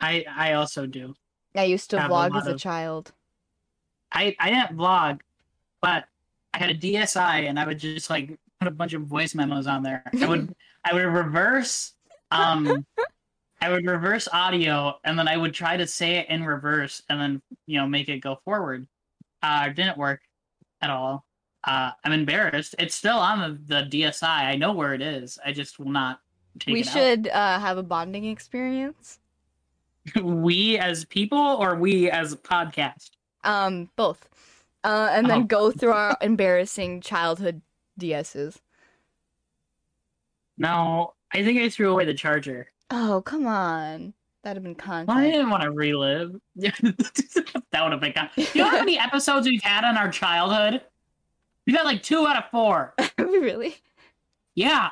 I I also do. I used to Have a vlog lot as a of- child. I I didn't vlog, but I had a DSI and I would just like put a bunch of voice memos on there. I would I would reverse um I would reverse audio and then I would try to say it in reverse and then you know make it go forward. Uh it didn't work at all. Uh I'm embarrassed. It's still on the, the DSI. I know where it is. I just will not take we it out. should uh, have a bonding experience. we as people or we as a podcast. Um, both. Uh, and then Oh. go through our embarrassing childhood DSs. No, I think I threw away the charger. Oh, come on. That'd have been Well, I content. didn't want to relive. that would have been kind. You know how many episodes we've had on our childhood? We've had like two out of four. really? Yeah,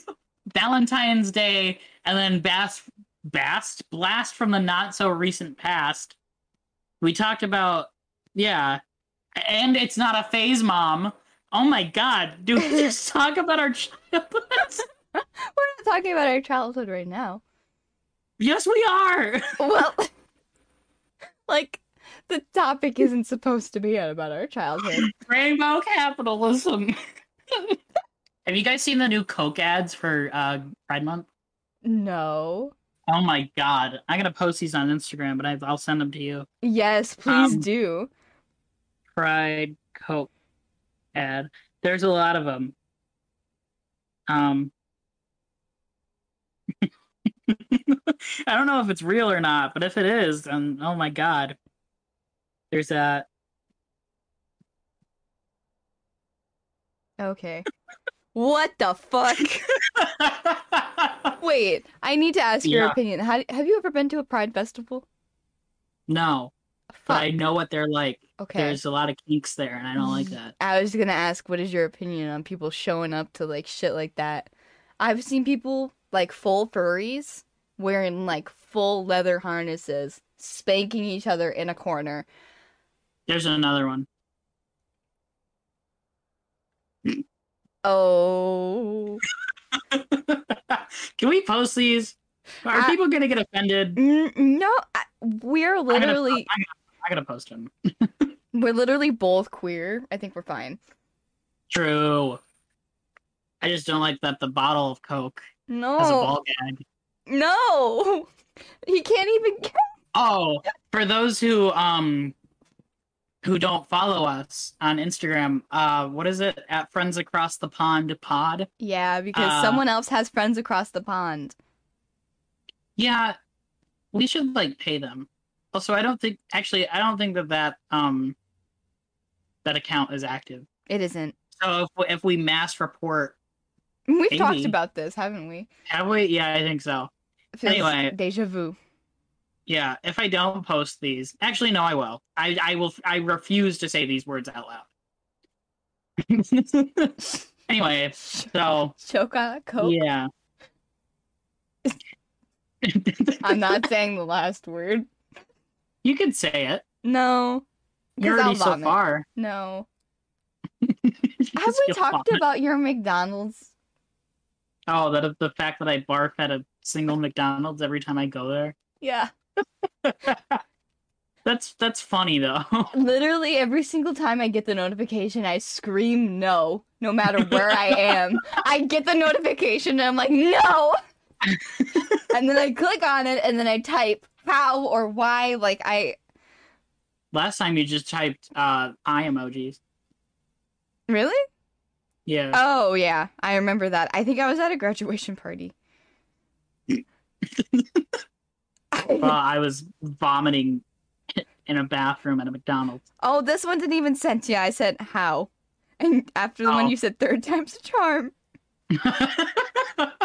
Valentine's Day, and then Bast, Bast Blast from the not so recent past. We talked about yeah, and it's not a phase, mom. Oh my god, dude, we just talk about our childhood. We're not talking about our childhood right now. yes, we are. Well, like the Hmm. topic isn't supposed to be about our childhood. Rainbow capitalism. Have you guys seen the new Coke ads for uh, Pride Month? No. Oh my god! I'm gonna post these on Instagram, but I, I'll send them to you. Yes, please Um, do. Pride Coke ad. There's a lot of them. Um, I don't know if it's real or not, but if it is, then oh my god, there's that. Okay. What the fuck? Wait, I need to ask your Yeah. opinion. How, have you ever been to a pride festival? no, but I Fuck. know what they're like. Okay. There's a lot of kinks there, and I don't like that. I was gonna ask, what is your opinion on people showing up to like shit like that? I've seen people like full furries wearing like full leather harnesses, spanking each other in a corner. There's another one. Oh, Oh, Can we post these? Are I- people gonna get offended? N- no, I- we're I'm gonna- literally I'm gonna- I gotta post him. we're literally both queer. I think we're fine. True. I just don't like that the bottle of Coke has a No, ball gag. no, he can't even. get- Oh, for those who um who don't follow us on Instagram, uh what is it? At Friends Across the Pond Pod. Yeah, because Uh, someone else has friends across the pond. Yeah, we should like pay them. Also, I don't think actually I don't think that that um that account is active. It isn't. So if we, if we mass report, We've talked Maybe. about this, haven't we? have we? Yeah, I think so. It feels Anyway. deja vu. Yeah, if I don't post these, actually no, I will. I I will. I refuse to say these words out loud. anyway, so Choke on a coke. yeah. I'm not saying the last word. You can say it. No, You're 'Cause I'll already so vomit. far. no. Have Because we you'll talked vomit. about your McDonald's? Oh, that the fact that I barf at a single McDonald's every time I go there. Yeah. That's that's funny though. Literally every single time I get the notification, I scream no, no matter where I am. I get the notification and I'm like, no! and then I click on it and then I type how or why. Like, I Last time you just typed uh eye emojis. really? Yeah. Oh, yeah. I remember that. I think I was at a graduation party. Well, I was vomiting in a bathroom at a McDonald's. oh, this one didn't even sense. Yeah, I said how. And after the one Oh. you said third time's a charm. I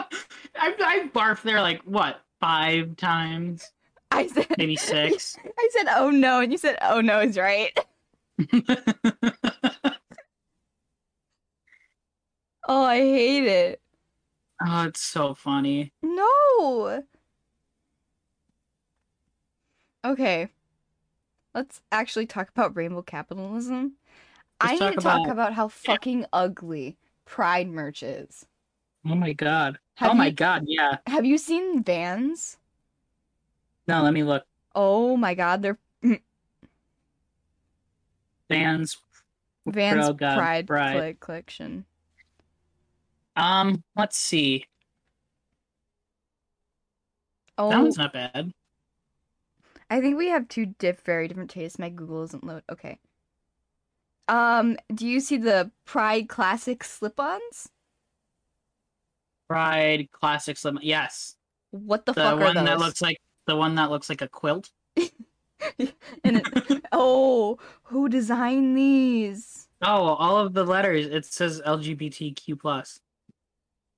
I barfed there like what five times, I said, maybe six. I said, oh no. And you said, oh no, is right. Oh, I hate it. Oh, it's so funny. No. Okay. Let's actually talk about rainbow capitalism. I Let's need to talk talk about- about how fucking ugly Pride merch is. Oh my god. Have oh my you- god. Yeah. Have you seen Vans? No, let me look. Oh my god, they're Vans. Vans Oh God, Pride Pride. flag collection. Um, let's see. Oh, That one's not bad. I think we have two diff very different tastes. My Google isn't load. Okay. Um, do you see the Pride Classic slip-ons? Pride classic slim. Yes, What the, the fuck one are that those? looks like the one that looks like a quilt. And it- oh, who designed these? Oh, all of the letters. It says LGBTQ plus.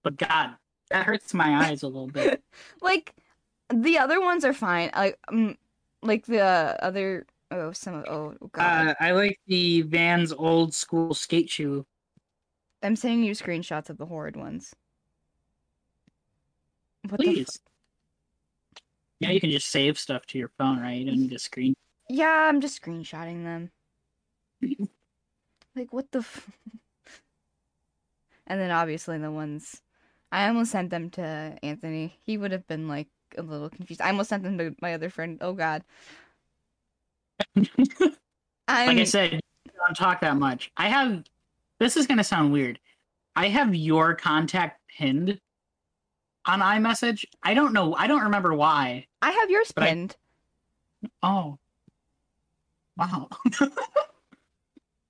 But God, that hurts my eyes a little bit. Like the other ones are fine. Like um, like the other oh some of oh god. Uh, I like the Vans old school skate shoe. I'm sending you screenshots of the horrid ones. What the Please. Yeah, you can just save stuff to your phone, right? You don't need a screen. fu- yeah, I'm just screenshotting them. like what the. F- and then obviously the ones, I almost sent them to Anthony. He would have been like a little confused. I almost sent them to my other friend. Oh god. I'm, Like I said, you don't talk that much. I have. This is gonna sound weird. I have your contact pinned on iMessage. I don't know. I don't remember why. I have yours But I- pinned. Oh. Wow.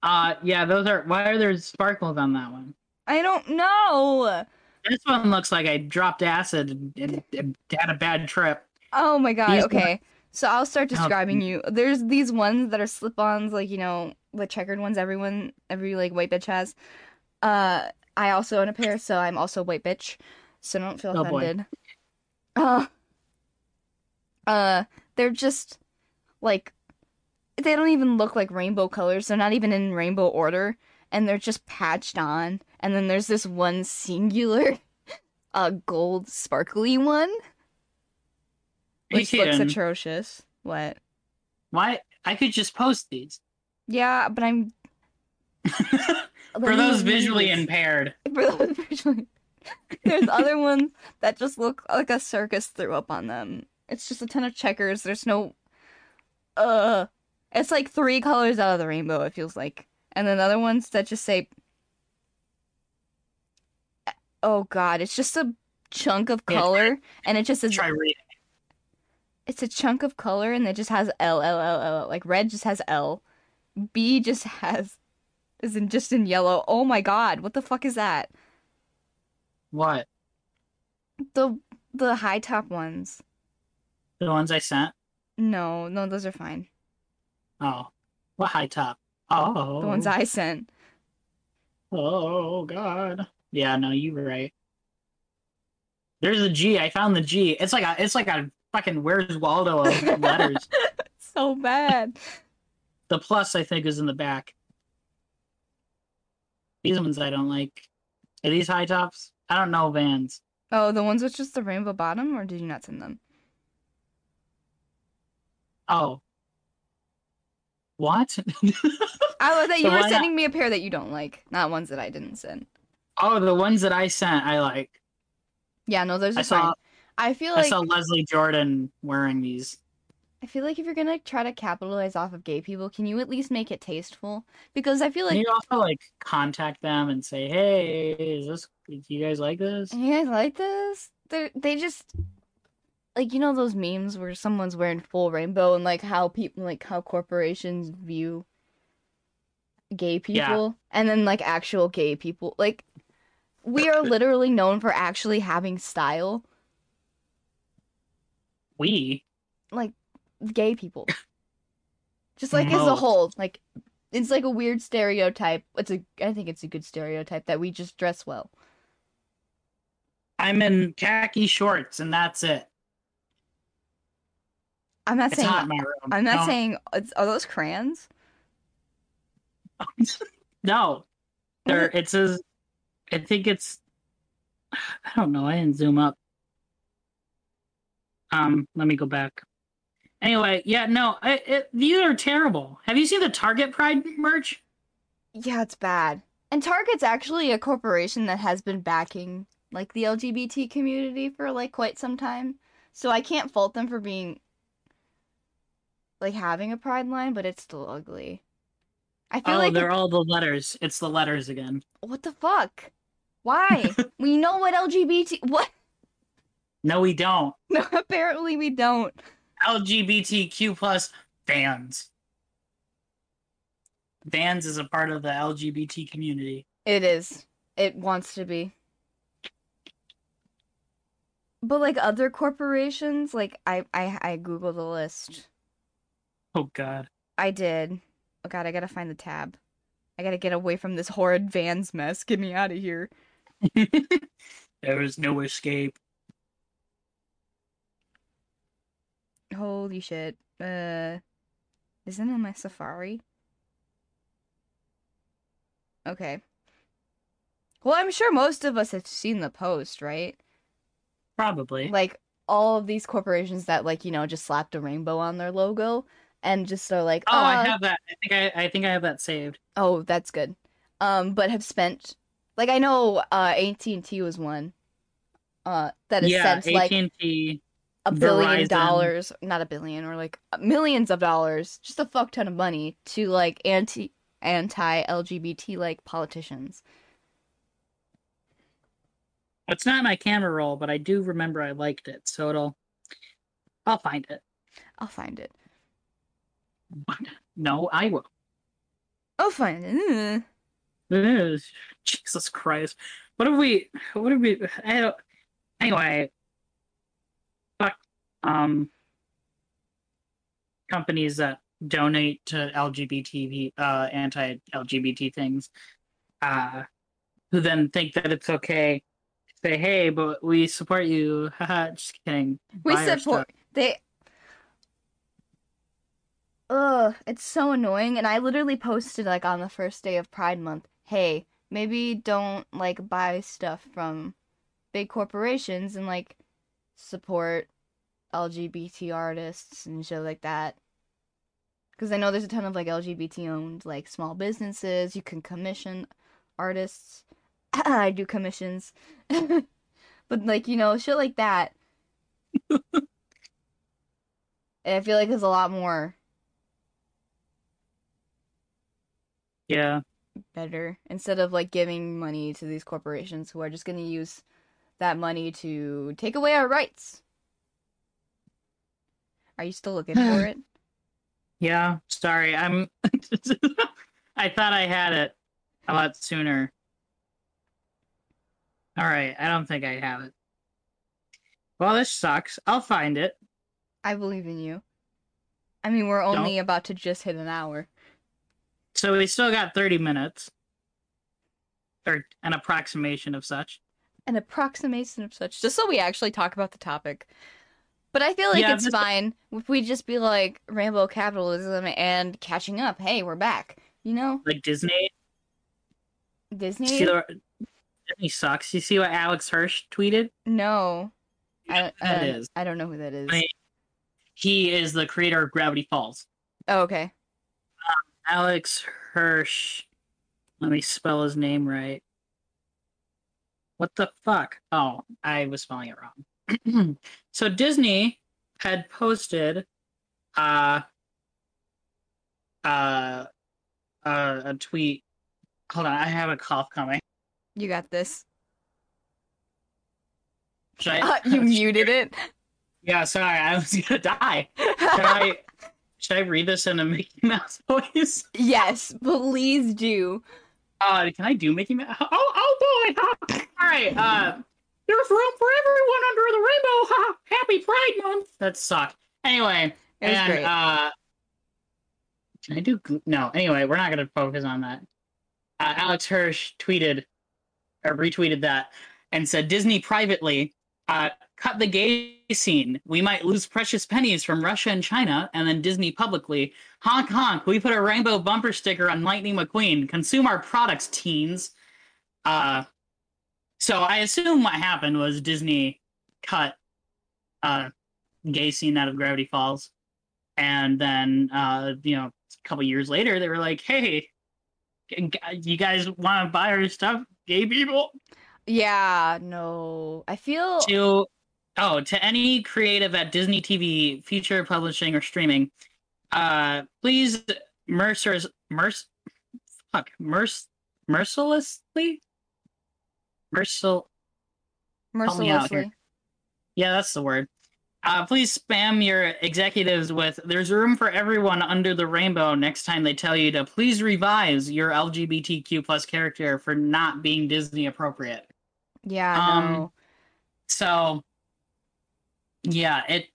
uh yeah, those are why are there sparkles on that one? I, don't know. This one looks like I dropped acid and, and, and had a bad trip. Oh my god. These okay. So I'll start Oh, describing mm. you. There's these ones that are slip-ons, like you know, the checkered ones. Everyone, every like white bitch has. Uh, I also own a pair, so I'm also a white bitch. So don't feel Oh, boy. offended. Uh, uh, they're just like they don't even look like rainbow colors. They're not even in rainbow order, and they're just patched on. And then there's this one singular, uh, gold sparkly one. Are you which looks kidding? atrocious. What? Why I could just post these. Yeah, but I'm For those visually impaired. For those visually, There's other ones that just look like a circus threw up on them. It's just a ton of checkers. There's no uh it's like three colors out of the rainbow, it feels like. And then other ones that just say Oh god, it's just a chunk of Yeah, try- color and it just says Try reading. it's a chunk of color and it just has L L L L. Like red just has L, B just has is in just in yellow. Oh my god, what the fuck is that? What? The the high top ones. The ones I sent? No, no, those are fine. Oh. What high top? Oh. The ones I sent. Oh God. Yeah, no, you were right. There's a G. I found the G. It's like a it's like a fucking where's Waldo of letters. So bad. The plus I think is in the back. These ones I don't like. Are these high tops? I don't know vans. Oh, the ones with just the rainbow bottom, or did you not send them? Oh. What? I love that you The were one I- sending me a pair that you don't like, not ones that I didn't send. oh, the ones that I sent I like. Yeah, no, those are I saw fine. I feel I like saw Leslie Jordan wearing these. I feel like if you're gonna try to capitalize off of gay people, can you at least make it tasteful? Because I feel Can like you also like contact them and say, Hey, is this do you guys like this? you guys like this. They they just like you know those memes where someone's wearing full rainbow and like how people like how corporations view gay Yeah. people and then like actual gay people like we are literally known for actually having style We like gay people. Just like as a No. whole, like it's like a weird stereotype. It's a I think it's a good stereotype that we just dress well. I'm in khaki shorts and that's it. I'm not It's saying hot in my room. I'm not No. saying it's, are those crayons? no. There it says I think it's I don't know, I didn't zoom up. Um, let me go back. Anyway, yeah, no, I, it, these are terrible. Have you seen the Target Pride merch? Yeah, it's bad. And Target's actually a corporation that has been backing like the LGBT community for like quite some time. So I can't fault them for being like having a pride line, but it's still ugly. I feel Oh, like they're all the letters. It's the letters again. what the fuck? Why? we know what LGBT what No, we don't. No, apparently we don't. LGBTQ plus fans. Vans is a part of the LGBT community. It is. It wants to be. But like other corporations, like I I I googled the list. Oh God. I did. Oh god, I gotta find the tab. I gotta get away from this horrid Vans mess. Get me out of here. there is no escape. Holy shit. Uh, isn't it my Safari? Okay. Well, I'm sure most of us have seen the post, right? Probably. like all of these corporations that like you know just slapped a rainbow on their logo and just are like oh, I "Uh, have that. I think I, I think I have that saved. oh that's good um but have spent like i know uh at&t was one uh that has yeah, sent AT like and T. a billion Verizon. dollars not a billion or like uh, millions of dollars just a fuck ton of money to like anti anti lgbt like politicians It's not my camera roll, but I do remember I liked it, so it'll. I'll find it. i'll find it No, I will. i'll find it Mm. Ugh, Jesus Christ! What have we? What have we? I don't. Anyway. Fuck. Um. Companies that donate to LGBT uh, anti-LGBT things, uh, who then think that it's okay. to Say, hey, but we support you. Haha, just kidding. we Buy our support stuff. they ugh it's so annoying and i literally posted like on the first day of pride month hey maybe don't like buy stuff from big corporations and like support lgbt artists and shit like that because i know there's a ton of like lgbt owned like small businesses you can commission artists I do commissions. but like, you know, shit like that. I feel like there's a lot more Yeah. better instead of like giving money to these corporations who are just going to use that money to take away our rights. Are you still looking for it? Yeah. Sorry. I'm I thought I had it a lot sooner. All right. I don't think I have it. Well, this sucks. I'll find it. I believe in you. I mean, we're Don't. only about to just hit an hour. So we still got 30 minutes or an approximation of such. an approximation of such, just so we actually talk about the topic. But I feel like Yeah, it's this- fine if we just be like Rambo capitalism and catching up. Hey, we're back. You know, Like Disney. See Disney. the, Disney sucks. You see what Alex Hirsch tweeted? No, I, uh, I, That don't- is. I don't know who that is. Wait. He is the creator of Gravity Falls. Oh, okay. Alex Hirsch. Let me spell his name right. What the fuck? Oh, I was spelling it wrong. so Disney had posted uh uh uh a tweet. Hold on, I have a cough coming. You got this. Should I, Uh, you muted it. yeah, sorry, I was gonna die. Should I should I read this in a Mickey Mouse voice? yes, please do. Uh, can I do Mickey Mouse? Oh, oh boy! Ha. All right. Uh, there's room for everyone under the rainbow. Ha! Happy Pride Month. That sucked. Anyway, It was and great. uh, can I do? Goo- No. Anyway, we're not gonna focus on that. Uh, Alex Hirsch tweeted or retweeted that and said Disney privately uh, cut the gay scene. We might lose precious pennies from Russia and China, and then Disney publicly honk honk. We put a rainbow bumper sticker on Lightning McQueen. Consume our products, teens. Uh, so I assume what happened was Disney cut uh, gay scene out of Gravity Falls, and then uh, you know a couple years later they were like, hey. g- g- You guys want to buy our stuff, gay people? Yeah, no. I feel to oh to any creative at disney tv future publishing or streaming uh please mercers merc fuck merc mercilessly mercil me out here. mercilessly. yeah that's the word uh please spam your executives with there's room for everyone under the rainbow next time they tell you to please revise your lgbtq plus character for not being disney appropriate Yeah, Um, no. so yeah it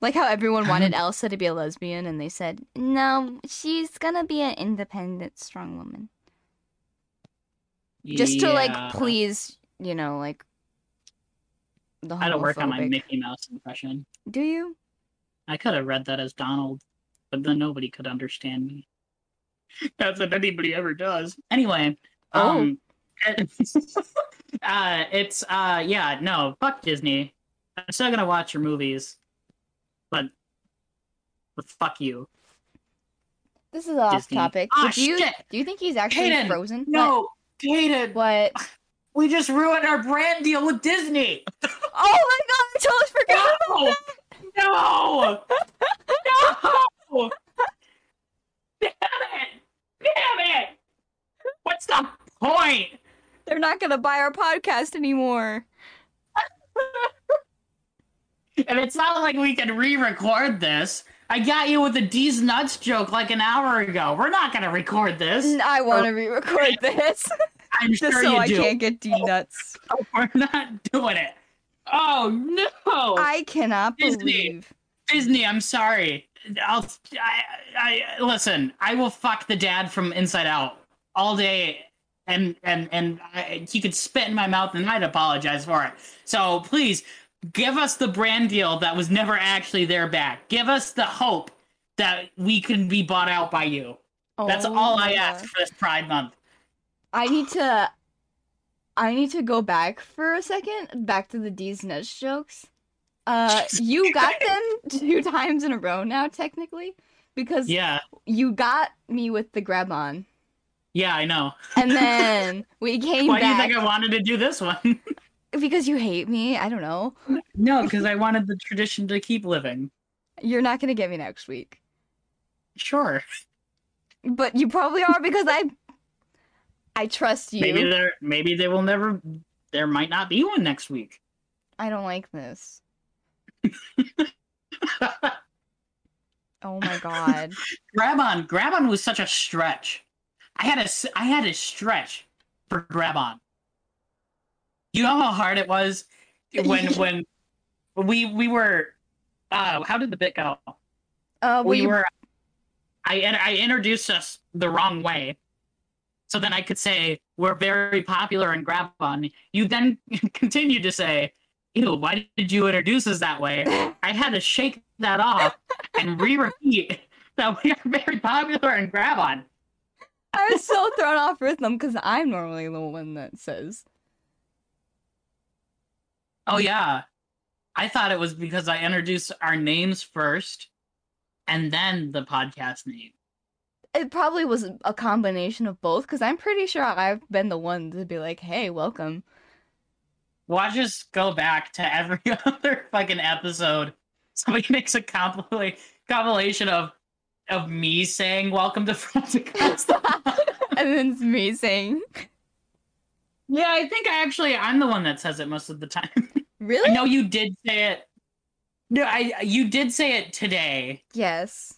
Like how everyone I wanted Elsa to be a lesbian, and they said, no, she's gonna be an independent, strong woman. Just to, like, yeah. please, you know, like, the homophobic. I don't work on my Mickey Mouse impression. Do you? I could have read that as Donald, but then nobody could understand me. That's what anybody ever does. Anyway, Oh. um, uh, it's uh, yeah, no, fuck Disney. I'm still gonna watch your movies, but but fuck you. This is off Disney. topic. Ah, but do you shit! do you think he's actually Kaden, frozen? No, Kaden, What? we just ruined our brand deal with Disney. what? Oh my god! I totally forgot. No! No! No! Damn it! Damn it! What's the point? They're not gonna buy our podcast anymore. And it's not like we can re-record this. I got you with a D's nuts joke like an hour ago. We're not gonna record this. N- I want to re-record this I'm just sure so you I do. can't get D nuts. We're not doing it. Oh no! I cannot Disney. believe. Disney, I'm sorry. I'll I, I listen. I will fuck the dad from Inside Out all day, and and and I, he could spit in my mouth, and I'd apologize for it. So please give us the brand deal that was never actually there back. Give us the hope that we can be bought out by you. That's Oh all I my ask God. for this Pride Month. I need to I need to go back for a second, back to the D's nuts jokes. Uh you got them two times in a row now technically because Yeah, you got me with the grab on. Yeah, I know. and then we came Why do back you think I wanted to do this one? because you hate me. I don't know. no, because I wanted the tradition to keep living. You're not gonna get me next week, Sure. but you probably are because I, I trust you. Maybe there maybe they will never there might not be one next week. I don't like this. grab Oh my god. on. Grab on was such a stretch. I had a s- I had a stretch for grab on. You know how hard it was when when we we were uh how did the bit go? Uh, well, we you- were I in- I introduced us the wrong way. So then I could say we're very popular in Grabon. You then continued to say, "Ew, why did you introduce us that way?" I had to shake that off and re-repeat that we are very popular in Grabon. I was so thrown off rhythm because I'm normally the one that says. Oh yeah, I thought it was because I introduced our names first, and then the podcast name. It probably was a combination of both because I'm pretty sure I've been the one to be like, "Hey, welcome." Well, I just go back to every other fucking episode. Somebody makes a compil- compilation of of me saying "Welcome to Front to Coast." And then it's me saying, yeah, I think I actually I'm the one that says it most of the time. I "Really?" know you did say it. No, I you did say it today, Yes.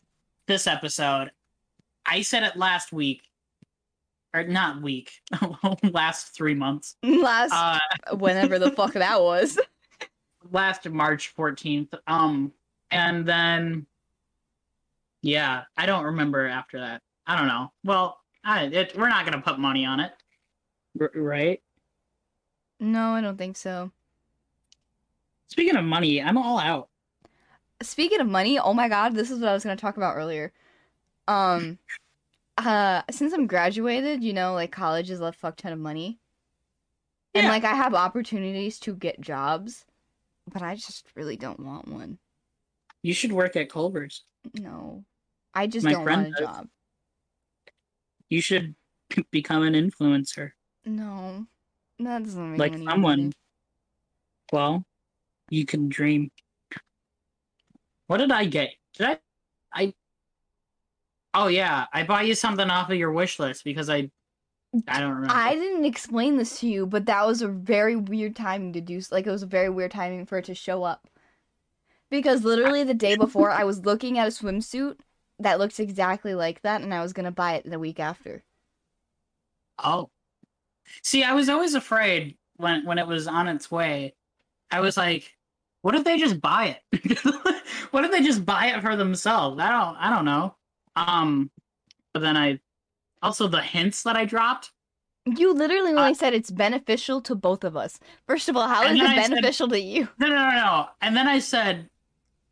this episode. I said it last week, or not week, last three months. Last Uh, whenever the fuck that was. last March 14th. Um, and then, yeah, I don't remember after that. I don't know. Well, I, it, we're not gonna put money on it, R- right? No, I don't think so. Speaking of money, I'm all out. Speaking of money, oh my god, this is what I was gonna talk about earlier. Um, uh, since I'm graduated, you know, like college is a fuck ton of money, and Yeah. like I have opportunities to get jobs, but I just really don't want one. You should work at Culver's. No, I just My don't want a friend does. job. You should become an influencer, No, that doesn't make like any someone. sense. Well, you can dream. What did I get? Did I? I. Oh yeah, I bought you something off of your wish list because I. I don't remember. I didn't explain this to you, but that was a very weird timing to do. s- Like it was a very weird timing for it to show up, because literally the day before I was looking at a swimsuit that looks exactly like that, and I was gonna buy it the week after. Oh. See, I was always afraid when when it was on its way. I was like, what if they just buy it? what if they just buy it for themselves? I don't I don't know. Um but then I also the hints that I dropped. You literally only said it's beneficial to both of us. First of all, how And is it then I said- beneficial to you? No, no, no, no. And then I said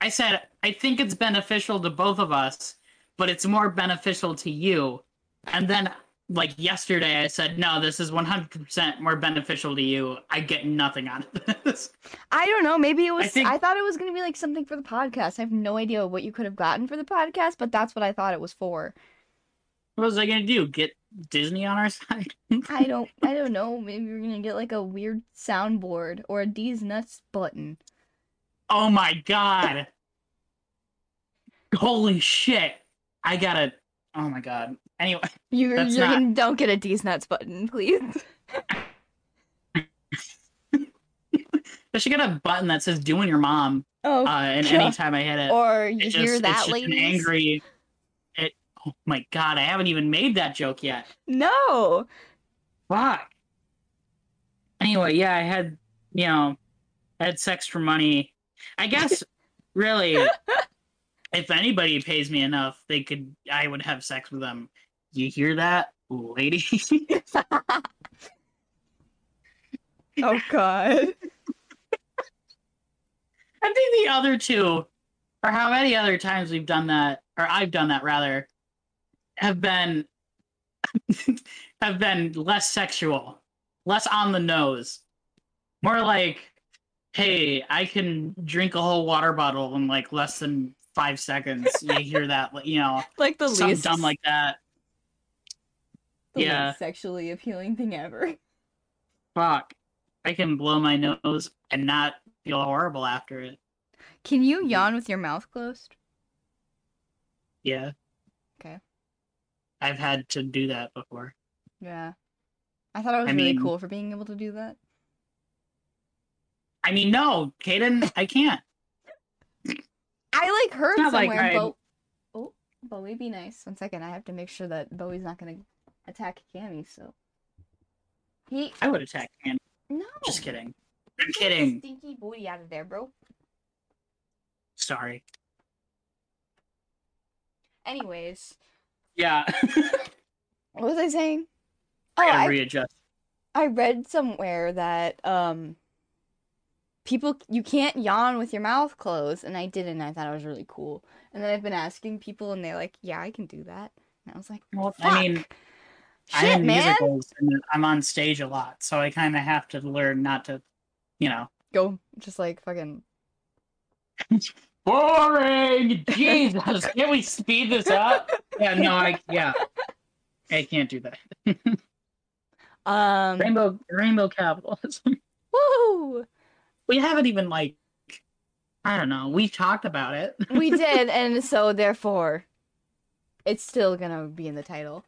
I said I think it's beneficial to both of us, but it's more beneficial to you. And then like yesterday I said, "No, this is 100% more beneficial to you. I get nothing out of this." I don't know. Maybe it was. I, think- thought it was going to be like something for the podcast. I have no idea what you could have gotten for the podcast, but that's what I thought it was for. What was I gonna do? Get Disney on our side? I don't. I don't know. Maybe we're going to get like a weird soundboard or a D's nuts button. oh my god! Holy shit! I gotta. Oh my god. Anyway, You you're That's gonna, don't get a D's nuts button, please. I should get a button that says "Doing Your Mom," Oh, uh, and God. anytime I hit it, or Uh, it you just, hear it's that, just an ladies? angry. It. Oh my god! I haven't even made that joke yet. No. Fuck. Anyway, yeah, I had you know, I had sex for money. I guess really, if anybody pays me enough, they could. I would have sex with them. You hear that, lady? Oh God. I think the other two, or how many other times we've done that, or I've done that rather, have been have been less sexual, less on the nose, more like, hey, I can drink a whole water bottle in like less than five seconds. You hear that, like, you know, Like the something least. dumb like that. the Yeah. least sexually appealing thing ever. Fuck. I can blow my nose and not feel horrible after it. Can Mm-hmm. you yawn with your mouth closed? Yeah. Okay. I've had to do that before. Yeah. I thought I was I really mean- cool for being able to do that. I mean, no, Kaden, I can't. I like heard Not like somewhere, I- Bo- Oh, Bowie, be nice. One second, I have to make sure that Bowie's not gonna attack Cammy. So he I would attack him. no. Just kidding. Get I'm your kidding. Stinky booty out of there, bro. Sorry. Anyways, Yeah. what was I saying? Oh, I gotta I, readjust. I read somewhere that um people you can't yawn with your mouth closed, and I didn't. I thought it was really cool. And then I've been asking people, and they're like, "Yeah, I can do that." And I was like, Well, Fuck. I mean, shit, I'm in man, musicals and I'm on stage a lot, so I kind of have to learn not to, you know. go just like fucking Boring. Jesus, can we speed this up? Yeah, no, I yeah, I can't do that. um Rainbow, rainbow capitalism. woo. We haven't even like, I don't know. We talked about it. we did, and so therefore, it's still gonna be in the title.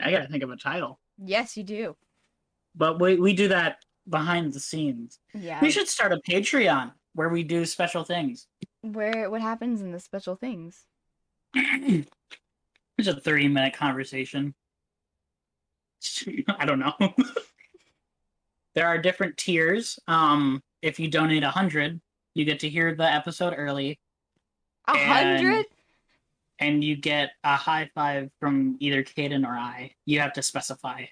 I gotta think of a title, Yes, you do. but we we do that behind the scenes. Yeah. We should start a Patreon where we do special things. Where what happens in the special things? it's a 30 minute conversation. I don't know. there are different tiers. Um, if you donate 100, you get to hear the episode early A And- hundred? and you get a high five from either Kaden or I. You have to specify.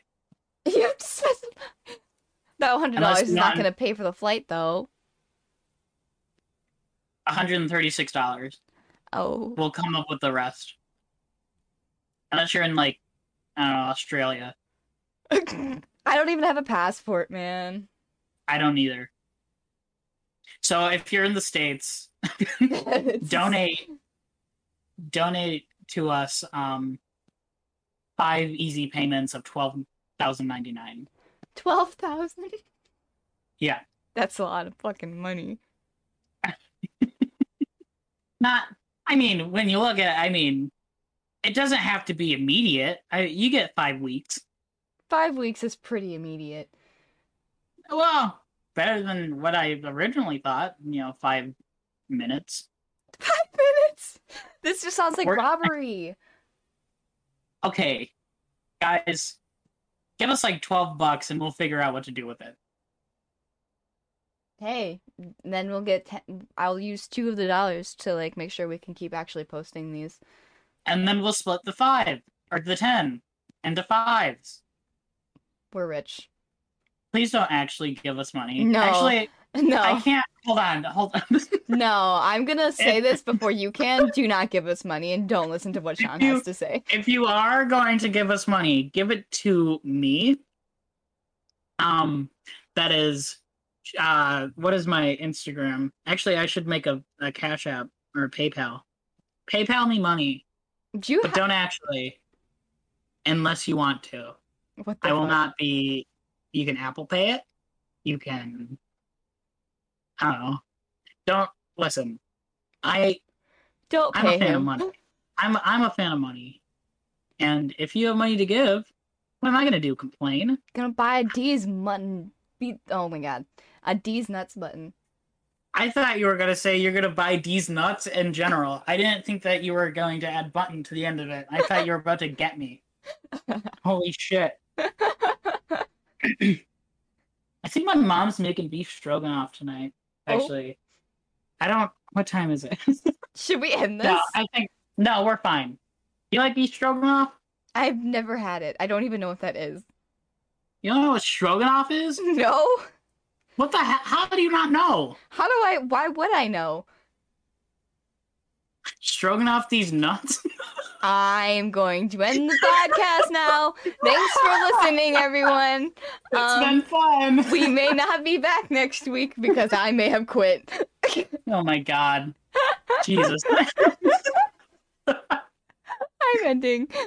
You have to specify. That hundred dollars Unless is none- not gonna pay for the flight, though. $136. Oh, We'll come up with the rest. Unless you're in like, I don't know, Australia. I don't even have a passport, man. I don't either. So if you're in the States, It's- donate donate to us um five easy payments of twelve thousand ninety nine. Twelve thousand. Yeah. That's a lot of fucking money. Not I mean, when you look at it, I mean it doesn't have to be immediate. I, you get five weeks. Five weeks is pretty immediate. Well, better than what I originally thought, you know, five minutes. Five minutes. This just sounds like We're- robbery. Okay. Guys, give us like twelve bucks and we'll figure out what to do with it. hey then we'll get ten, i'll use two of the dollars to like make sure we can keep actually posting these And then we'll split the five or the ten into fives. we're rich Please don't actually give us money. No. Actually, I no can't. Hold on. Hold on. no i'm gonna say this before you can do not give us money and don't listen to what sean You- has to say if you are going to give us money, give it to me. Um, that is, uh, what is my Instagram? Actually, I should make a, a Cash App or PayPal. PayPal me money, do you but ha- don't actually, unless you want to. what the I will fuck? not be. You can Apple Pay it. You can. I don't know. Don't listen. I don't I'm pay a fan of him money. I'm I'm a fan of money. And if you have money to give, what am I gonna do? Complain? gonna buy a d's mutton be- oh my god a d's nuts button I thought you were gonna say you're gonna buy these nuts in general. I didn't think that you were going to add button to the end of it. I thought you were about to get me. Holy shit. I think my mom's making beef stroganoff tonight, Oh. actually. I don't what time is it? should we end this no, I think no, we're fine. You like beef stroganoff? i've never had it i don't even know what that is You don't know what stroganoff is? no What the hell? How do you not know? how do i why would i know Stroganoff these nuts? I'm going to end the podcast now. Thanks for listening, everyone. It's Um, been fun. We may not be back next week because I may have quit. oh my god. Jesus. I'm ending.